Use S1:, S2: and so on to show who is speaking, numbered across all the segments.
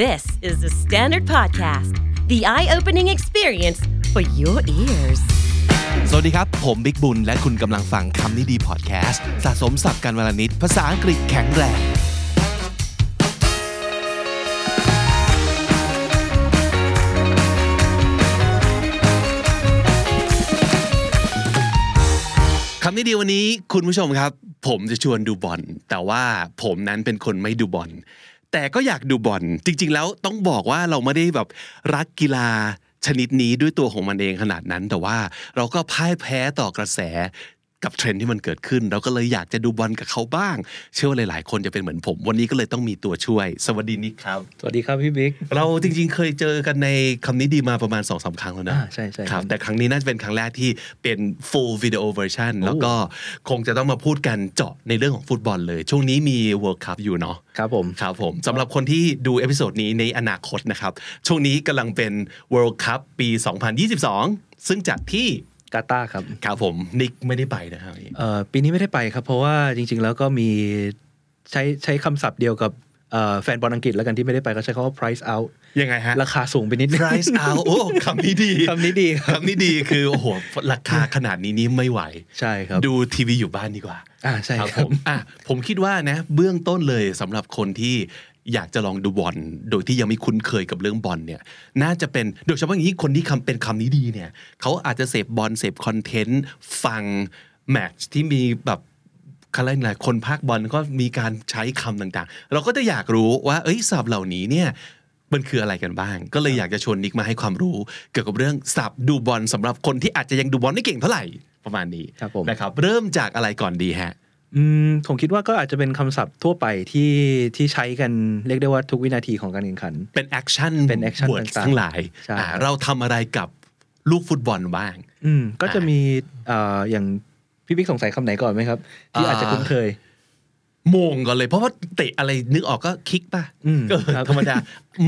S1: This is the Standard Podcast, the eye opening experience for your ears.
S2: สวัสดีครับ ผมบิ๊กบุญ และคุณกำลังฟังคำนี้ดีพอดแคสต์ สะสมสับกันวลนิด ภาษาอังกฤษแข็งแรง คำนี้ดีวันนี้คุณผู้ชมครับ ผมจะชวนดูบอลแต่ว่าผมนั้นเป็นคนไม่ดูบอลแต่ก็อยากดูบอลจริง ๆ แล้วต้องบอกว่าเราไม่ได้แบบรักกีฬาชนิดนี้ด้วยตัวของมันเองขนาดนั้น แต่ว่าเราก็พ่ายแพ้ต่อกระแสกับเทรนด์ที่มันเกิดขึ้น เราก็เลยอยากจะดูบอลกับเขาบ้าง เชื่อว่าหลาย ๆ คนจะเป็นเหมือนผม วันนี้ก็เลยต้องมีตัวช่วย สวัสดีนิกครับ
S3: สวัสดีครับพี่บิ๊ก
S2: เราจริง ๆ เคยเจอกันในคำนี้ดีมาประมาณ2อสาครั้งแล้วนะ
S3: อ่าใช่ใช่
S2: ค
S3: ครั
S2: รับบ แต่ครั้งนี้น่าจะเป็นครั้งแรกที่เป็น full video version แล้วก็คงจะต้องมาพูดกันเจาะในเรื่องของฟุตบอลเลย ช่วงนี้มี World Cup อยู่เนาะ
S3: ครับผม
S2: ครับผมสำหรับคนที่ดูเอพิโซดนี้ในอนาคตนะครับ ช่วงนี้กำลังเป็น World Cup ปี 2022 ซึ่งจัดที่
S3: กาตาร์ครับ
S2: ครับผมนิกไม่ได้ไปนะครับ
S3: เอ่อปีนี้ไม่ได้ไปครับ เพราะว่าจริง ๆ แล้วก็มีใช้ใช้คำศัพท์เดียวกับเอ่อแฟนบอลอังกฤษแล้วกันที่ไม่ได้ไปก็ใช้คำว่า price out
S2: ยังไงฮะ
S3: ราคาสูงไปนิดนึง
S2: price out โอ้คำนี้ดี
S3: คำนี้ดีครับ
S2: คำนี้ดีคือโอ้โหราคาขนาดนี้นี่ไม่ไหว
S3: ใช่ครับ
S2: ดูทีวีอยู่บ้านดีกว่า
S3: อ่าใช่
S2: ครับ
S3: ค
S2: ผ
S3: รับ
S2: มอ่ะผมคิดว่านะเบื้องต้นเลยสำหรับคนที่อยากจะลองดูบอลโดยที่ยังไม่คุ้นเคยกับเรื่องบอลเนี่ยน่าจะเป็นโดยเฉพาะอย่างนี้คนที่คำเป็นคำนี้ดีเนี่ยเขาอาจจะเสพบอลเสพคอนเทนต์ฟังแมตช์ที่มีแบบเขาเรียกอะไรคนภาคบอลก็มีการใช้คำต่างๆ เราก็จะอยากรู้ว่าเอ้ยศัพท์เหล่านี้เนี่ยมันคืออะไรกันบ้าง ก็เลยอยากจะชวนนิกมาให้ความรู้ เกี่ยวกับเรื่องศัพท์ดูบอลสำหรับคนที่อาจจะยังดูบอลไม่เก่งเท่าไหร่ประมาณนี้
S3: ครับผม
S2: นะครับเริ่มจากอะไรก่อนดีฮะ
S3: อืมผมคิดว่าก็อาจจะเป็นคำศัพท์ทั่วไปที่ที่ใช้กันเรียกได้ว่าทุกวินาทีของการแข่งขัน
S2: เป็นแอคชั่น
S3: เป็น action
S2: วิร์ด
S3: ต่างๆ
S2: ทั้งหลาย
S3: ใช่
S2: อ่าเราทำอะไรกับลูกฟุตบอลบ้าง
S3: อืมก็จะ
S2: อ่ามี
S3: มีเอ่ออย่างพี่บิ๊กสงสัยคำไหนก่อนไหมครับ ที่อาจจะคุ้นเคย
S2: โมงก่อนเลยเพราะว่าเตะอะไรนึกออกก็คิกป่ะ
S3: อืม
S2: ก็
S3: ครับ
S2: ธรรมดา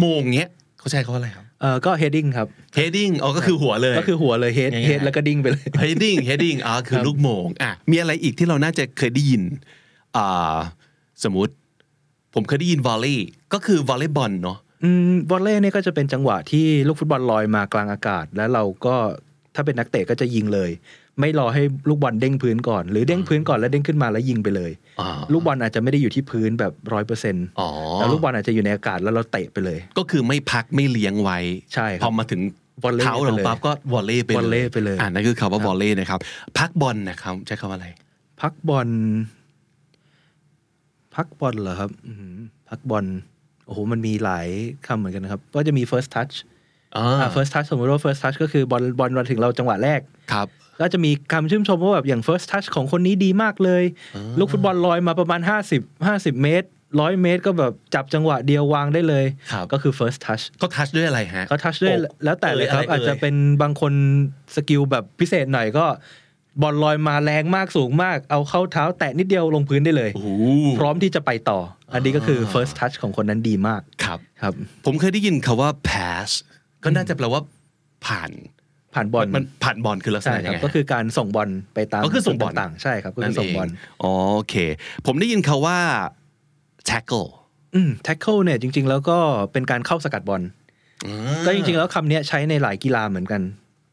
S2: โมงเงี้ยเขาใช้เขาว่าอะไรครับ
S3: เอ่อก็ heading ครับ
S2: เฮดดิ้งอ๋อก็คือหัวเลย
S3: ก็คือหัวเลย head
S2: ง่ายๆ
S3: head แล้วก็ดิ้งไปเลย
S2: เฮดดิ้งเฮดดิ้งอ๋อคือลูกโมงอ่ะมีอะไรอีกที่เราน่าจะเคยได้ยินอ่าสมมติ ผมเคยได้ยินวอลเลย์ก็คือวอลเลย์บอลเนาะ
S3: อืมวอลเล่เนี่ยก็จะเป็นจังหวะที่ลูกฟุตบอลลอยมากลางอากาศ แล้วเราก็ถ้าเป็นนักเตะก็จะยิงเลย ไม่รอให้ลูกบอลเด้งพื้นก่อน หรือเด้งพื้นก่อนแล้วเด้งขึ้นมาแล้วยิงไปเลย
S2: อ่า
S3: ลูกบอลอาจจะไม่ได้อยู่ที่พื้นแบบร้อยเปอร์เซ็นต์
S2: อ๋อ
S3: แต่ลูกบอลอาจจะอยู่ในอากาศแล้วเราเตะไปเลย
S2: ก็คือไม่พักไม่เลี้ยงไว้
S3: ใช่ค
S2: พ
S3: รั
S2: อบ มาถึง
S3: วอลเลย์
S2: เท้าเรา
S3: ไปเลย
S2: ปั๊บก็วอลเลย์ไปเลยว
S3: อลเลย์ไปเลย
S2: อ่านั่นคือคำว่าวอลเลย์นะครับ พักบอลนะครับ ใช้คำอะไร
S3: พักบอล พักบอลเหรอครับอืมพักบอลโอ้โหมันมีหลายคำเหมือนกันนะครับก็จะมี first touch
S2: อ่
S3: อ่า
S2: า
S3: first touch สมมติว่า first touch ก็คือบอลบอลมาถึงเราจังหวะแรก
S2: ครับ
S3: ก็จะมีคำชื่นชมว่าแบบอย่าง first touch ของคนนี้ดีมากเลย
S2: อ่า
S3: ลูกฟุตบอลลอยมาประมาณ 50 50 เมตร 100 เมตร ก็แบบจับจังหวะเดียววางได้เลย
S2: ครับ
S3: ก็คือ first touch
S2: เขาทัชด้วยอะไรฮะ
S3: เขา touch ด้วย
S2: อก
S3: แล้วแต่เลยครับ
S2: เอ่ยอะไร
S3: อาจจะ
S2: เอ่ย
S3: เป็นบางคนสกิลแบบพิเศษหน่อยก็ บอลลอยมาแรงมากสูงมาก เอาเข้าเท้าแตะนิดเดียวลงพื้นได้เลย
S2: โอ้โห
S3: พร้อมที่จะไปต่อ อันนี้ก็คือ
S2: อ่า
S3: first touch ของคนนั้นดีมาก
S2: ครับ
S3: ครับ
S2: ผมเคยได้ยินคำว่า pass ก็น่าจะแปลว่าผ่าน
S3: ผ่านบอล
S2: มันผ่านบอลคือลักษ
S3: ใช่
S2: ณะ
S3: ค
S2: ยั
S3: รับ
S2: งไง
S3: ก็
S2: ฮะ
S3: คือการส่งบอลไปตาม
S2: ก็คือส่งบอล
S3: ต่างๆใช่ครับก็คือส่งบอล
S2: นั่นเงอ๋อโอเค ผมได้ยินคำว่า tackle
S3: อืม tackle เนี่ยจริง ๆ แล้วก็เป็นการเข้าสกัดบอล
S2: อ่า
S3: ก็จริง ๆ แล้วคำเนี้ยใช้ในหลายกีฬาเหมือนกัน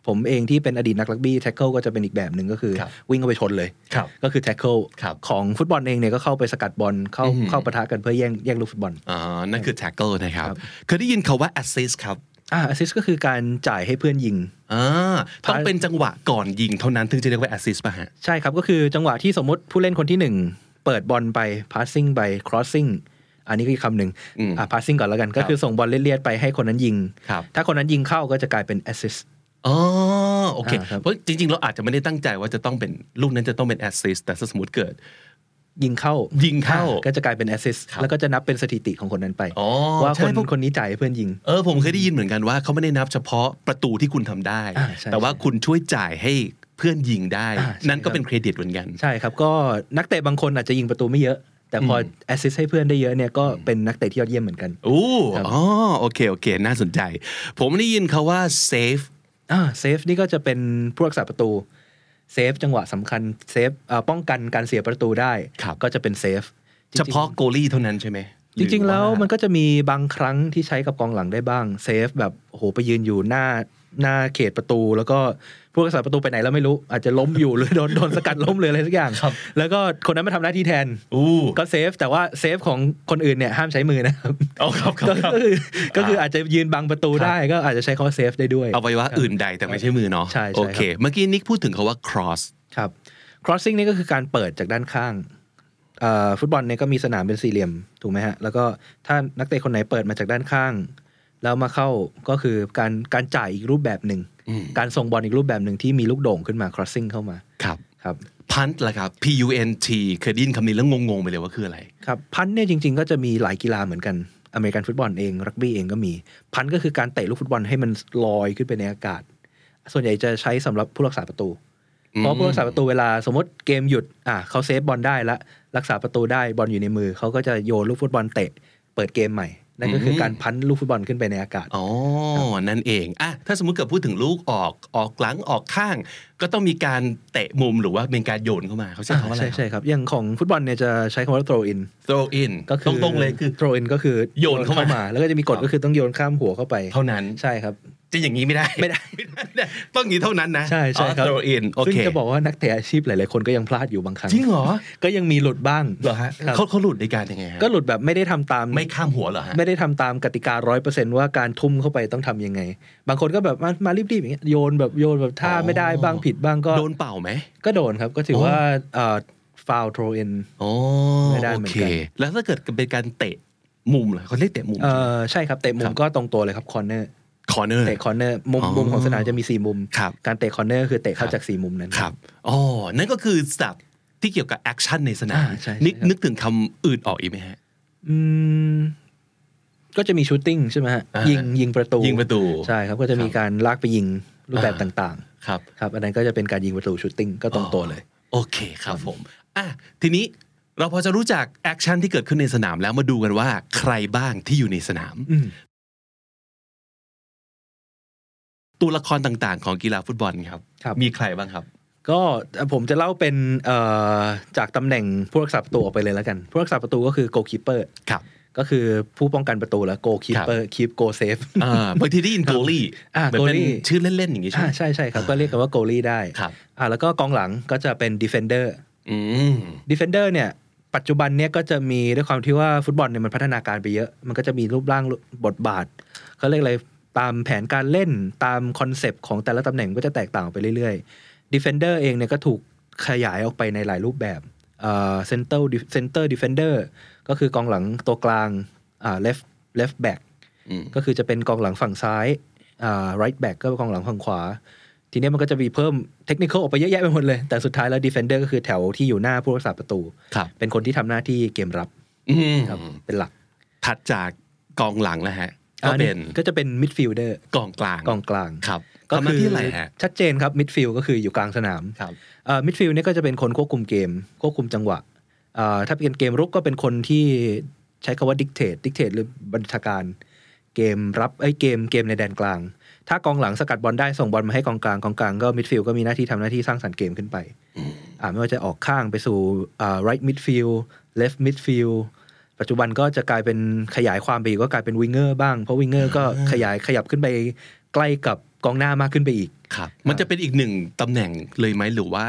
S3: ผมเองที่เป็นอดีตนักรักบี้ tackle ก็จะเป็นอีกแบบหนึ่งก็คือ
S2: ครับ
S3: วิ่งเข้าไปชนเลย
S2: ครับ
S3: ก็คือ tackle
S2: ครับ
S3: ของฟุตบอลเองเนี่ยก็เข้าไปสกัดบอลเข้า
S2: อืม
S3: เข้าปะทะกันเพื่อแย่งแย่งลูกฟุตบอล
S2: อ่านั่นคือ tackle นะครับ
S3: ครับ
S2: เคยได้ยินคำว่า assist ครับ
S3: อ่า assist ก็คือการจ่ายให้เพื่อนยิง
S2: อ่าต้องเป็นจังหวะก่อนยิงเท่านั้นถึงจะเรียกว่า assist ป่ะฮะ
S3: ใช่ครับก็คือจังหวะที่สมมติผู้เล่นคนที่หนึ่งเปิดบอลไป passing ไป crossing อันนี้ก็อีกคำหนึ่ง
S2: อืม
S3: อ่า passing ก่อนแล้วกันก็
S2: ครับ
S3: คือส่งบอลเลียดๆไปให้คนนั้นยิง
S2: ครับ
S3: ถ้าคนนั้นยิงเข้าก็จะกลายเป็น assist
S2: อ๋อโอเค
S3: อ่าครับ
S2: เพราะจริง ๆ เราอาจจะไม่ได้ตั้งใจว่าจะต้องเป็นลูกนั้นจะต้องเป็นแอสซิสแต่ถ้าสมมติเกิด
S3: ยิงเข้า
S2: ยิงเข้า
S3: อ่ก็จะกลายเป็นแอสซิส
S2: ครับ
S3: แล้วก็จะนับเป็นสถิติของคนนั้นไป
S2: อ๋อ
S3: ว่า
S2: ใช่
S3: คน
S2: พวก
S3: คนนี้จ่ายให้เพื่อนยิง
S2: เออผมเคยได้ยินเหมือนกันว่าเขาไม่ได้นับเฉพาะประตูที่คุณทำได้
S3: อ่าใช่
S2: แต่ว่าคุณช่วยจ่ายให้เพื่อนยิงได้
S3: อ่าใช่
S2: นั่นก็
S3: ครับ
S2: เป็นเครดิตเหมือนกัน
S3: ใช่ครับ ก็นักเตะบางคนอาจจะยิงประตูไม่เยอะ แต่พออ
S2: ม
S3: แอสซิสให้เพื่อนได้เยอะเนี่ยก็เป็นนักเตะที่ยอดเยี่ยมเหมือนกัน
S2: โอ้
S3: ครับ
S2: อ๋อโอเคโอเค น่าสนใจ ผมได้ยินเขาว่า safe
S3: อ่าเซฟนี่ก็จะเป็นผู้รักษาประตูเซฟจังหวะสำคัญเซฟอ่าป้องกันการเสียประตูได้
S2: ครับ
S3: ก็จะเป็นเซฟ
S2: เฉพาะโกลี่เท่านั้นใช่ไหม
S3: จริงๆ แล้ว
S2: หอา
S3: มันก็จะมีบางครั้งที่ใช้กับกองหลังได้บ้าง เซฟแบบโอ้โหไปยืนอยู่หน้าหน้าเขตประตู แล้วก็ผู้รักษาประตูไปไหนแล้วไม่รู้ อาจจะล้มอยู่ หรือโดนโดนสกัดล้มหรืออะไรสักอย่าง
S4: ครับ
S3: แล้วก็คนนั้นมาทำหน้าที่แทน
S2: อู้
S3: ก็เซฟแต่ว่าเซฟของคนอื่นเนี่ยห้ามใช้มือนะครับ
S2: เอาครับครั
S3: ก็
S2: บครับ
S3: คือก็คืออาจจะยืนบังประตูได้ก็อาจจะใช้คำว่าเซฟได้ด้วย
S2: เอาไว้ว่าอื่นใดแต่ไม่ใช่มือเนาะ
S3: ใช่ใช่ครับ
S2: โอเค เมื่อกี้นิกพูดถึงคาว่า cross
S3: ครับ crossing นี่ก็คือการเปิดจากด้านข้างเอ่อฟุตบอลเนี่ยก็มีสนามเป็นสี่เหลี่ยมถูกไหมฮะ แล้วก็ถ้านักเตะคนไหนเปิดมาจากด้านข้าง แล้วมาเข้าก็คือการการจ่ายอีกรูปแบบหนึ่ง
S2: อืม
S3: การส่งบอลอีกรูปแบบหนึ่งที่มีลูกโด่งขึ้นมา crossing เข้ามา
S2: ครับ
S3: ครับ
S2: พันต์ล่ะครับ P U N T เคยได้ยินคำนี้แล้วงงๆไปเลยว่าคืออะไร
S3: ครับพันเนี่ยจริงๆ ก็จะมีหลายกีฬาเหมือนกัน อเมริกันฟุตบอลเองรักบี้เองก็มี พันก็คือการเตะลูกฟุตบอลให้มันลอยขึ้นไปในอากาศ ส่วนใหญ่จะใช้สำหรับผู้รักษาประตู
S2: อืม
S3: เพราะผู้รักษาประตูเวลาสมมติเกมหยุดอ่ะเขาเซฟบอลได้ละรักษาประตูได้บอลอยู่ในมือ เขาก็จะโยนลูกฟุตบอลเตะเปิดเกมใหม่ นั่นก็คือการพันลูกฟุตบอลขึ้นไปในอากาศ
S2: อ๋อ นั่นเองอ่ะถ้าสมมติเกิดพูดถึงลูกออก ออกหลัง ออกข้าง ก็ต้องมีการเตะมุมหรือว่าเป็นการโยนเข้ามา เขาใช้คำว่าอะไร
S3: ใช่
S2: ครั
S3: ใช่ครับ อย่างของฟุตบอลเนี่ยจะใช้คำว่า throw in
S2: บ throw in
S3: ก็คือ
S2: ตรงๆเลยคือ
S3: throw in ก็คือ
S2: โยนเข้ามา
S3: แล้วก็จะมีกฎก็คือต้องโยนข้ามหัวเข้าไป
S2: เท่านั้น
S3: ใช่ครับ
S2: จะอย่างนี้ไม่ได้
S3: ไม่ได้
S2: ไม่ได้ ต้องอย่างนี้เท่านั้นนะ
S3: ใช่ใช่ครับ
S2: อ๋อ throw in โอ
S3: ซึ่ง
S2: เค
S3: จะบอกว่านักเตะอาชีพหลาย ๆ คนก็ยังพลาดอยู่บางครั้ง
S2: จริงเหรอ
S3: ก็ยังมีหลุดบ้าง
S2: เหรอฮะ
S3: ครับ
S2: เขาเขาหลุดในการยังไงฮะ
S3: ก็หลุดแบบไม่ได้ทำตาม
S2: ไม่ข้ามหัวเหรอฮะ
S3: ไม่ได้ทำตามกติการ้อยเปอร์เซนว่าการทุ่มเข้าไปต้องทำยังไง บางคนก็แบบมามารีบ ๆ อย่างเงี้ยโยนแบบโยนแบบท่า
S2: อ๋อ
S3: ไม่ได้บ้างผิดบ้างก็
S2: โดนเป่าไหม
S3: ก็โดนครับ ก็ถืออ
S2: อ
S3: ว่าเอ่อฟาวโทรเอน
S2: อ๋อ
S3: ไม่ได้
S2: โอ
S3: เหมือน
S2: เค
S3: กัน
S2: แล้วถ้าเกิดเป็นการเตะมุมเหรอเขาเรียกเตะมุม
S3: เอ่อใช่ครับ เตะมุ
S2: ครั
S3: ม
S2: บ
S3: ก็ตรงตัวเลยครับคอนเนอร์
S2: คอร์เนอร์
S3: เตะคอนเนอร์มุม
S2: อ๋อ
S3: มุมของสนามจะมีสี่มุม
S2: ครับ
S3: การเตะคอนเนอร์คือเตะ
S2: ค
S3: เข้า
S2: รับ
S3: จากสี่มุมนั้น
S2: ครับ อ๋อ นั่นก็คือสับที่เกี่ยวกับแอคชั่นในสนาม
S3: อ่าใช่ใช่
S2: นึก
S3: ครับ
S2: นึกถึงคำอื่นออกอีกไหมฮะ
S3: อืมก็จะมีชูตติ้งใช่ไหมฮะ
S2: อ่ายิ
S3: ยิงยิงประตู
S2: ยิงประตู
S3: ใช่ครับก็จะมี
S2: ครับ
S3: การลากไปยิงรูปแบบ
S2: อ่า
S3: ต่างๆ
S2: ครับ
S3: ครับอันนั้นก็จะเป็นการยิงประตูชูตติ้งก็ตรงตัวเลย
S2: โอเคครับผม อ่ะ ทีนี้เราพอจะรู้จักแอคชั่นที่เกิดขึ้นในสนามแล้วมาดูกันว่าใครบ้างที่อยู่ในสนาม
S3: อืม
S2: ตัวละครต่างๆ ของกีฬาฟุตบอลครับ
S3: ครับ
S2: มีใครบ้างครับ
S3: ก็ผมจะเล่าเป็นเอ่อจากตำแหน่งผู้รักษาประตูออกไปเลยแล้วกัน ผู้รักษาประตูก็คือโกลคีเปอร์
S2: ครับ
S3: ก็คือผู้ป้องกันประตูแล้วโกลคีเปอร์คีปโกเซฟ
S2: อ่าบางทีได้ยินโกลี่
S3: อ่า
S2: เหมือนเป็น
S3: goalie
S2: ชื่อเล่น ๆ อย่างนี้ใช่
S3: อ่า
S2: ไหม
S3: ใช่ใช่ครับ ก็เรียกกันว่าโกลี่ได้
S2: ครับ
S3: อ่าแล้วก็กองหลังก็จะเป็นดีเฟนเดอร์
S2: อืม
S3: ดีเฟนเดอร์เนี่ย ปัจจุบันเนี่ยก็จะมีด้วยความที่ว่าฟุตบอลเนี่ยมันพัฒนาการไปเยอะ มันก็จะมีรูปร่างบทบาทเขาเรียกอะไรตามแผนการเล่นตามคอนเซปต์ของแต่ละตำแหน่งก็จะแตกต่างไปเรื่อยๆ Defender เองเนี่ยก็ถูกขยายออกไปในหลายรูปแบบเอ่อ Central Def- Center Defender ก็คือกองหลังตัวกลางอ่า left left back
S2: อืม
S3: ก็คือจะเป็นกองหลังฝั่งซ้ายอ่า right back ก็เป็นกองหลังฝั่งขวา ทีเนี้ยมันก็จะมีเพิ่มเทคนิคออกไปเยอะแยะไปหมดเลย แต่สุดท้ายแล้ว defender ก็คือแถวที่อยู่หน้าผู้รักษาประตู
S2: ครับ
S3: เป็นคนที่ทำหน้าที่เกมรับ
S2: อืม
S3: ครับเป็นหลัก
S2: ถัดจากกองหลังแล้วฮะ ก็
S3: อันนี้
S2: เป็น
S3: ก็จะเป็น midfielder
S2: กองกลาง
S3: กองกลาง
S2: ครับ
S3: ก็
S2: ทำหน้าที่อะไรฮะ
S3: ชัดเจนครับ midfield ก็คืออยู่กลางสนาม
S2: ครับ
S3: เอ่อ midfield เนี่ยก็จะเป็นคนควบคุมเกม ควบคุมจังหวะเอ่อถ้าเป็นเกมรุกก็เป็นคนที่ใช้คำว่า dictate dictate หรือบัญชาการ เกมรับไอ้ยเกมเกมในแดนกลาง ถ้ากองหลังสกัดบอลได้ส่งบอลมาให้กองกลางกองกลางก็ midfield ก็มีหน้าที่ทำหน้าที่สร้างสรรค์เกมขึ้นไป อ่าไม่ว่าจะออกข้างไปสู่อ่า right midfield left midfield ปัจจุบันก็จะกลายเป็นขยายความไปอีกก็กลายเป็นวิงเกอร์บ้าง เพราะวิงเกอร์ก็ขยายขยับขึ้นไปใกล้กับกองหน้ามากขึ้นไปอีก
S2: ครับ มันจะเป็นอีกหนึ่งตำแหน่งเลยไหมหรือว่า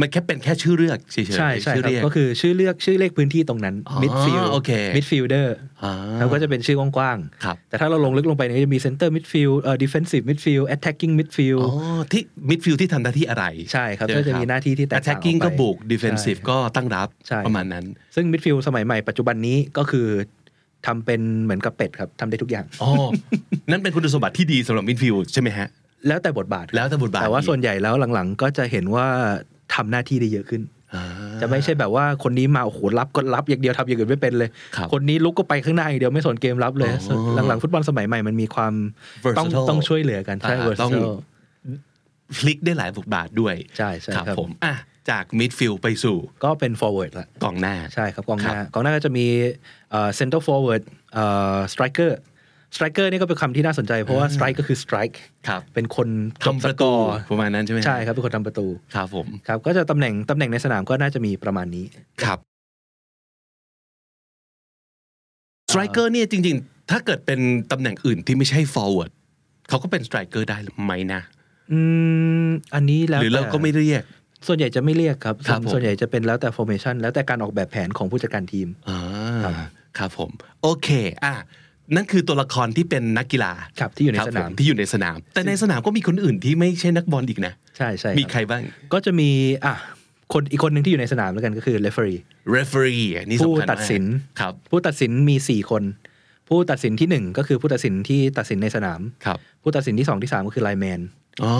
S2: มันแค่เป็นแค่ชื่อเรียกเฉยๆ
S3: ใช่ใช่
S2: ชื่อ
S3: ครับ
S2: เรียก
S3: ก็คือชื่อเลือกชื่อเลขพื้นที่ตรงนั้น
S2: อ๋อ
S3: midfield
S2: โอเค
S3: midfielder
S2: อ่า
S3: แล้วก็จะเป็นชื่อกว้าง
S2: ครับ
S3: ๆแต่ถ้าเราลงลึกลงไปเนี่ยก็จะมี center midfield เอ่อ defensive midfield attacking
S2: อ๋
S3: midfield
S2: อที่มิดฟิลที่ทำหน้าที่อะไร
S3: ใช่ครับ
S2: ไห
S3: ก็จะมีหน้าที่ที่แต
S2: ครับ
S3: กต่างออกไป
S2: attacking ก็บุก defensive
S3: ใช่
S2: ก็ตั้งรับ
S3: ใช่
S2: ประมาณนั้น
S3: ซึ่ง midfield สมัยใหม่ปัจจุบันนี้ก็คือทำเป็นเหมือนกับเป็ดครับทำได้ทุกอย่าง
S2: อ๋อ นั่นเป็นคุณสมบัติที่ดีสำหรับมิดฟิลใช่ไหมฮะ
S3: แล้วแต่บทบาทครับ
S2: แล้วแต่บทบาท
S3: แต่ว่า
S2: อีก
S3: ส่วนใหญ่แล้วหลังๆ ก็จะเห็นว่าทำหน้าที่ได้เยอะขึ้น
S2: อ่า
S3: จะไม่ใช่แบบว่าคนนี้มาโอ้โหรับก็รับอย่างเดียวทำอย่างอื่นไม่เป็นเลย
S2: ครับ
S3: คนนี้ลุกก็ไปข้างหน้าอย่างเดียวไม่สนเกมรับเลย
S2: อ๋อ
S3: หลังๆฟุตบอลสมัยใหม่มันมีความ
S2: Versatile
S3: ต้องต้องช่วยเหลือกันใช่
S2: อ่า
S3: versatile
S2: ต้อง พลิกได้หลายบทบาทด้วย
S3: ใช่ใช่
S2: ครับ
S3: ครับ
S2: ผมอ่ะจากมิดฟิลไปสู่
S3: ก็เป็น forward ละ
S2: กองหน้า
S3: ใช่ครับกองหน้ากองหน้าก็จะมีเอ่อ center forward เอ่อ striker striker นี่ก็เป็นคำที่น่าสนใจเพราะว่า strike ก็คือ strike
S2: ครับ
S3: เป็นคน
S2: ทำประตู
S3: กอ
S2: ประมาณนั้นใช่ไหมฮะ
S3: ใช่ครับเป็นคนทำประตู
S2: ครับผม
S3: ครับก็จะตำแหน่งตำแหน่งในสนามก็น่าจะมีประมาณนี้
S2: ครับ ไตรเกอร์เนี่ยจริงๆ ถ้าเกิดเป็นตำแหน่งอื่นที่ไม่ใช่ forward เขาก็เป็นสไตรเกอร์ได้หรือไหมนะ
S3: อืมอันนี้แล้ว
S2: หรือเรา
S3: แต่
S2: ก็ไม่เรียก
S3: ส่วนใหญ่จะไม่เรียกครับ
S2: ครั
S3: ส่ว
S2: บ
S3: น
S2: ผม
S3: ส่วนใหญ่จะเป็นแล้วแต่ formation แล้วแต่การออกแบบแผนของผู้จัดการทีม
S2: อ่า
S3: ครับ
S2: ครับผม โอเคอ่ะนั่นคือตัวละครที่เป็นนักกีฬา
S3: ครับที่อยู่ใน
S2: ครับ
S3: ส
S2: ผ
S3: นาม
S2: ที่อยู่ในสนาม แต่ในสนามก็มีคนอื่นที่ไม่ใช่นักบอลอีกนะ
S3: ใช่ใช่
S2: มี
S3: รับ
S2: ใครบ้าง
S3: ก็จะมีอ่ะคนอีกคนหนึ่งที่อยู่ในสนามแล้วกันก็คือ referee
S2: referee อันนี่สำคัญ
S3: ผู้
S2: มาก
S3: ตัดสิน
S2: ครับ
S3: ผู้ตัดสินมี 4 คน ผู้ตัดสินทีหนึ่1 ก็คือผู้ตัดสินที่ตัดสินในสนาม
S2: ครับ
S3: ผู้ตัดสินที่ 2 ที่ 3 ก็คือไลแมน
S2: อ๋อ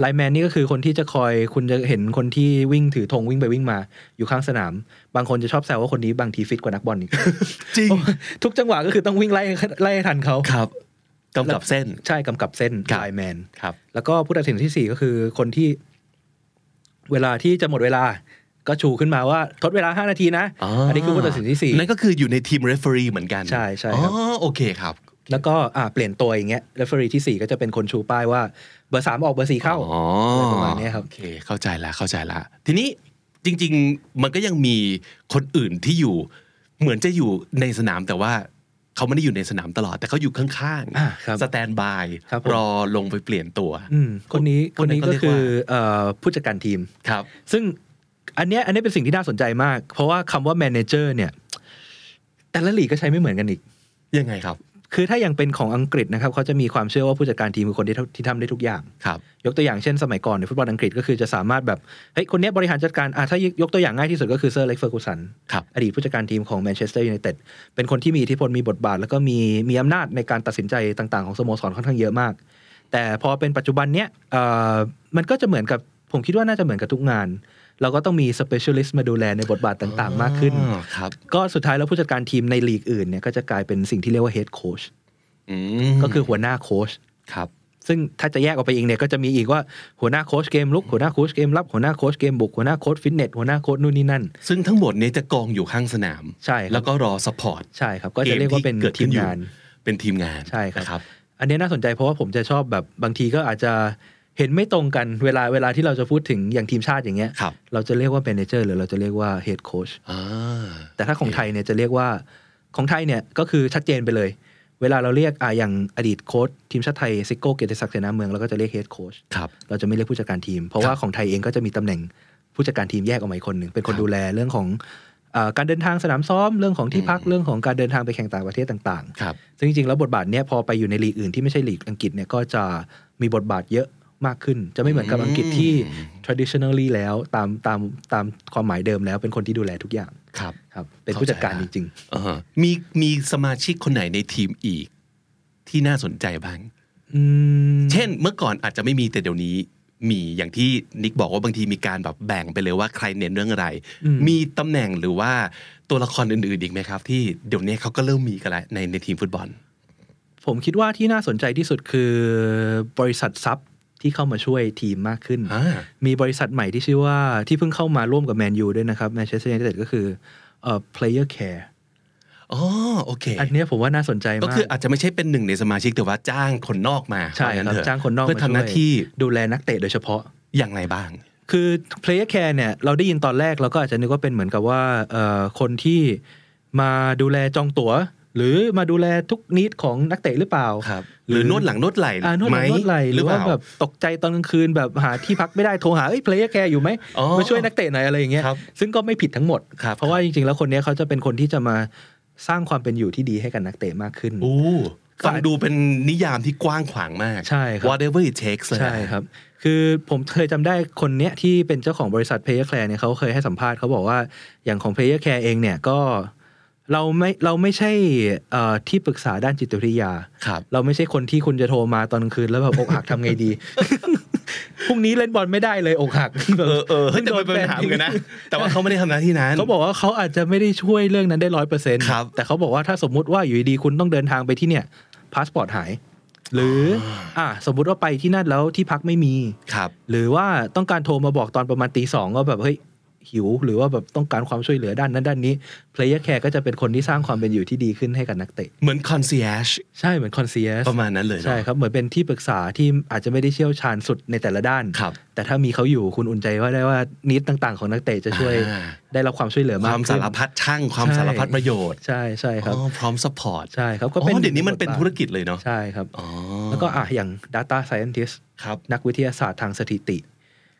S3: ไลแมนนี่ก็คือคนที่จะคอยคุณจะเห็นคนที่วิ่งถือธงวิ่งไปวิ่งมาอยู่ข้างสนาม บางคนจะชอบแซวว่าคนนี้บางทีฟิตกว่านักบอลอีก
S2: จริง
S3: ทุกจังหวะก็คือต้องวิ่งไล่ไล่ให้ทันเขา
S2: ครับกำกับเส้น
S3: ใช่กำกับเส้น
S2: ครับ
S3: ไลแมน
S2: ครับ
S3: แล้วก็ผู้ตัดสินที่สี่ก็คือคนที่ เวลาที่จะหมดเวลา ก็ชูขึ้นมาว่าทดเวลาห้านาทีนะ
S2: อ๋ออั
S3: นนี้คือผู้ตัดสินที่สี่
S2: นั่นก็คืออยู่ในทีม referee เหมือนกัน
S3: ใช่ใช่
S2: อ๋อ
S3: ครับ
S2: โอเคครับ
S3: แล้วก็อ่าเปลี่ยนตัวอย่างเงี้ยเรฟเฟอรีที่ 4 ก็จะเป็นคนชูป้ายว่าเบอร์สามออกเบอร์สี่เข้า
S2: อ๋อ
S3: อะไรประมาณเนี้ยครับ
S2: โอเค เข้าใจละเข้าใจละทีนี้จริง ๆ มันก็ยังมีคนอื่นที่อยู่ เหมือนจะอยู่ในสนามแต่ว่าเขาไม่ได้อยู่ในสนามตลอด แต่เขาอยู่ข้าง
S3: อ่าครับ
S2: สแตนบาย
S3: ครับผม
S2: รอลงไปเปลี่ยนตัว
S3: อืมคนนี้
S2: ค
S3: คน น
S2: นั้น
S3: นี้
S2: ก็
S3: ก็
S2: เรียก
S3: คื
S2: ว่า
S3: อเอ่อผู้จัดการทีม
S2: ครับ
S3: ซึ่งอันเนี้ยอันเนี้ยเป็นสิ่งที่น่าสนใจมาก เพราะว่าคำว่าแมเนเจอร์เนี่ย แต่ละลีกก็ใช้ไม่เหมือนกันอีก
S2: ยังไงครับ
S3: คือถ้าอย่างเป็นของอังกฤษนะครับเขาจะมีความเชื่อว่าผู้จัดการทีมคือคนที่ทำที่ทำได้ทุกอย่าง
S2: ครับ
S3: ยกตัวอย่างเช่นสมัยก่อนในยฟุตบอลอังกฤษก็คือจะสามารถแบบเฮ้ยคนเนี้ยบริหารจัดการอ่ะถ้ายกตัวอย่างง่ายที่สุดก็คือเซอร์เล็กเฟอร์กูสัน
S2: ครับ
S3: อดีตผู้จัดการทีมของแมนเชสเตอร์ยูไนเต็ดเป็นคนที่มีอิทธิพลมีบทบาท แล้วก็มีมีอำนาจในการตัดสินใจต่าง ๆ ของสโมสรค่อนข้างเยอะมาก แต่พอเป็นปัจจุบันเนี้ยเอ่อมันก็จะเหมือนกับผมคิดว่าน่าจะเหมือนกับทุกงาน เราก็ต้องมี specialist มาดูแลในบทบาทต่างๆ มากขึ้น
S2: อ๋อครับ
S3: ก็สุดท้ายแล้วผู้จัดการทีมในลีกอื่นเนี่ยก็จะกลายเป็นสิ่งที่เรียกว่า head coach
S2: อืม
S3: ก็คือหัวหน้าโค้ช
S2: ครับ
S3: ซึ่งถ้าจะแยกออกไปอีกเนี่ยก็จะมีอีกว่าหัวหน้าโค้ชเกมลุกหัวหน้าโค้ชเกมรับหัวหน้าโค้ชเกมบุกหัวหน้าโค้ชฟิตเนสหัวหน้าโค้ชนู่นนี่นั่น
S2: ซึ่งทั้งหมดเนี้จะกองอยู่ข้างสนาม
S3: ใช่ครับ
S2: แล้วก็รอสปอร์ต
S3: ใช่ครับก็จะเรียกว่าเป็น
S2: เกมที่เกิดขึ้
S3: ที
S2: น
S3: ม
S2: อยู่
S3: งาน
S2: เป็นทีมงาน
S3: ใช่ครับ
S2: นะ
S3: อันเนี้ยน่าสนใจเพราะว่าผมจะชอบแบบบางทีก็อาจจะเห็นไม่ตรงกันเวลาเวลาที่เราจะพูดถึงอย่างทีมชาติอย่างเงี้ย
S2: ครับ
S3: เราจะเรียกว่า m ม n เจอร์หรือเราจะเรียกว่าเฮดโค้ช
S2: อ่า
S3: แต่ถ้าของไทยเนี่ยจะเรียกว่าของไทยเนี่ยก็คือชัดเจนไปเลย เวลาเราเรียกอ่ะอย่างอดีตโค้ชทีมชาติไทยซิโก้เกียรติศักดิ์เสนาเมืองเราก็จะเรียกเฮดโค้ช
S2: ครับ
S3: เราจะไม่เรียกผู้จัดการทีม เพราะว่าของไทยเองก็จะมีตำแหน่งผู้จัดการทีมแยกออกมาอีกคนหนึ่งเป็นค
S2: คน รับ
S3: ดูแลเรื่องของอาการเดินทางสนามซ้อมเรื่องของที่พัก
S2: อืม
S3: เรื่องของการเดินทางไปแข่งต่างประเทศต่างๆ
S2: ครับ
S3: ซึ่งจริงๆ แล้วบทบาทเนี้ยพอไปอยู่ในลีกอื่นที่ไม่ใช่ลีกอังกฤษเนี่ยก็จะมีบทบาทเยอะมากขึ้น จะไม่เหมือนกับอังกฤษที่ traditionally แล้วตามตามตามความหมายเดิมแล้วเป็นคนที่ดูแลทุกอย่าง
S2: ครับ
S3: ครับเป็นผู้จัดการจ
S2: เข้าใจละ
S3: ริง
S2: อ่ามีมีสมาชิกคนไหนในทีมอีก ที่น่าสนใจบ้าง
S3: ๆ อืม
S2: เช่นเมื่อก่อนอาจจะไม่มีแต่เดี๋ยวนี้ มีอย่างที่นิกบอกว่าบางทีมีการแบบแบ่งไปเลยว่าใครเน้นเรื่องอะไร มีตำแหน่งหรือว่าตัวละครอื่นๆอีกไหมครับ ที่เดี๋ยวนี้เขาก็เริ่มมีกันแล้วในในทีมฟุตบอล
S3: ผมคิดว่าที่น่าสนใจที่สุดคือบริษัทซับที่เข้ามาช่วยทีมมากขึ้น
S2: อ่า
S3: มีบริษัทใหม่ที่ชื่อว่าที่เพิ่งเข้ามาร่วมกับแมนยูด้วยนะครับแมนเชสเตอร์ยูไนเต็ดก็คือเอ่อ player care
S2: อ๋อโอเค
S3: อันเนี้ยผมว่าน่าสนใจ
S2: ก็
S3: มาก
S2: คืออาจจะไม่ใช่เป็นหนึ่งในสมาชิกแต่ว่าจ้างคนนอกมา
S3: ใช่
S2: ว่
S3: ค
S2: งั้
S3: รับ
S2: เถะ
S3: จ้างคนนอก
S2: เพื่อ
S3: ม
S2: ทำหน้าที่
S3: ช่วยดูแลนักเตะโดยเฉพาะ
S2: อย่างไรบ้าง
S3: คือ player care เนี่ยเราได้ยินตอนแรกเราก็อาจจะนึกว่าเป็นเหมือนกับว่าเอ่อคนที่มาดูแลจองตั๋ว หรือมาดูแลทุกนิดของนักเตะหรือเปล่า
S2: ครับ หรือนวดหลังนวดไหล่
S3: อ่านวดหลังนวดไหลหรือว่า
S2: เปล่
S3: แบบตกใจตอนกลางคืนแบบหาที่พักไม่ได้โทรหาเอ้ย player care อยู่ไหม
S2: อ๋อ
S3: มาช่วยนักเตะหน่อยอะไรอย่างเงี้ย
S2: ครับ
S3: ซึ่งก็ไม่ผิดทั้งหมด
S2: ครับ
S3: เพราะว่าจริงๆแล้วคนเนี้ยเขาจะเป็นคนที่จะมาสร้างความเป็นอยู่ที่ดีให้กับนักเตะมากขึ้น
S2: โอ้ฟังดูเป็นนิยามที่กว้างขวางมาก
S3: ใช่ครับ
S2: whatever it takes เลยนะ
S3: ใช่ครับ คือผมเคยจำได้คนเนี้ยที่เป็นเจ้าของบริษัท Player Care เนี่ยเขาเคยให้สัมภาษณ์เขาบอกว่าอย่างของ Player Care เองเนี่ยก็เราไม่เราไม่ใช่เอ่อที่ปรึกษาด้านจิตวิทยา
S2: ครับ
S3: เราไม่ใช่คนที่คุณจะโทรมาตอนกลางคืนแล้วแบบอกหักทำไงดี พรุ่งนี้เล่นบอลไม่ได้เลยอก หัก
S2: เออเออเฮ้ยแต่มันเป็นปัญหาเหมือนกันนะ แต่ว่าเขาไม่ได้ทำหน้าที่นั้น
S3: เขาบอกว่าเขาอาจจะไม่ได้ช่วยเรื่องนั้นได้ร้อยเปอร์เซ็นต์
S2: ครับ
S3: แต่เขาบอกว่าถ้าสมมุติว่าอยู่ดีๆคุณต้องเดินทางไปที่เนี่ยพาสปอร์ตหาย หรืออ่าสมมุติว่าไปที่นั่นแล้วที่พักไม่มี
S2: ครับ
S3: หรือว่าต้องการโทรมาบอกตอนประมาณตีสองว่าแบบ เฮ้ย หิว หรือว่าแบบต้องการความช่วยเหลือด้านนั้นด้านนี้ player care ก็จะเป็นคนที่สร้างความเป็นอยู่ที่ดีขึ้นให้กับนักเตะ
S2: เหมือนคอนเซียช
S3: ใช่เหมือน concierge
S2: ประมาณนั้นเลยเนอะ
S3: ใช่ครับ เหมือนเป็นที่ปรึกษาที่อาจจะไม่ได้เชี่ยวชาญสุดในแต่ละด้าน
S2: ครับ
S3: แต่ถ้ามีเขาอยู่คุณอุ่นใจว่าได้ว่านิดต่าง ๆ ของนักเตะจะช่วย
S2: อ่า
S3: ได้รับความช่วยเหลือ
S2: ค
S3: มาก
S2: วาม
S3: ขึ้
S2: สาน รพัดช่างความ
S3: ใช่
S2: สารพัดประโยชน์
S3: ใช่ใช่ครับ
S2: อ๋อพร้อมซัพพอร์ต
S3: ใช่ครับก็
S2: อ๋
S3: เป็น
S2: อเดี๋ยวนี้มันเป็นธุรกิจเลยเนาะ
S3: ใช่ครับ
S2: อ๋อ
S3: แล้วก็อ่ะอย่าง data scientist
S2: ครับ
S3: นักวิทยาศาสตร์ทางสถิติ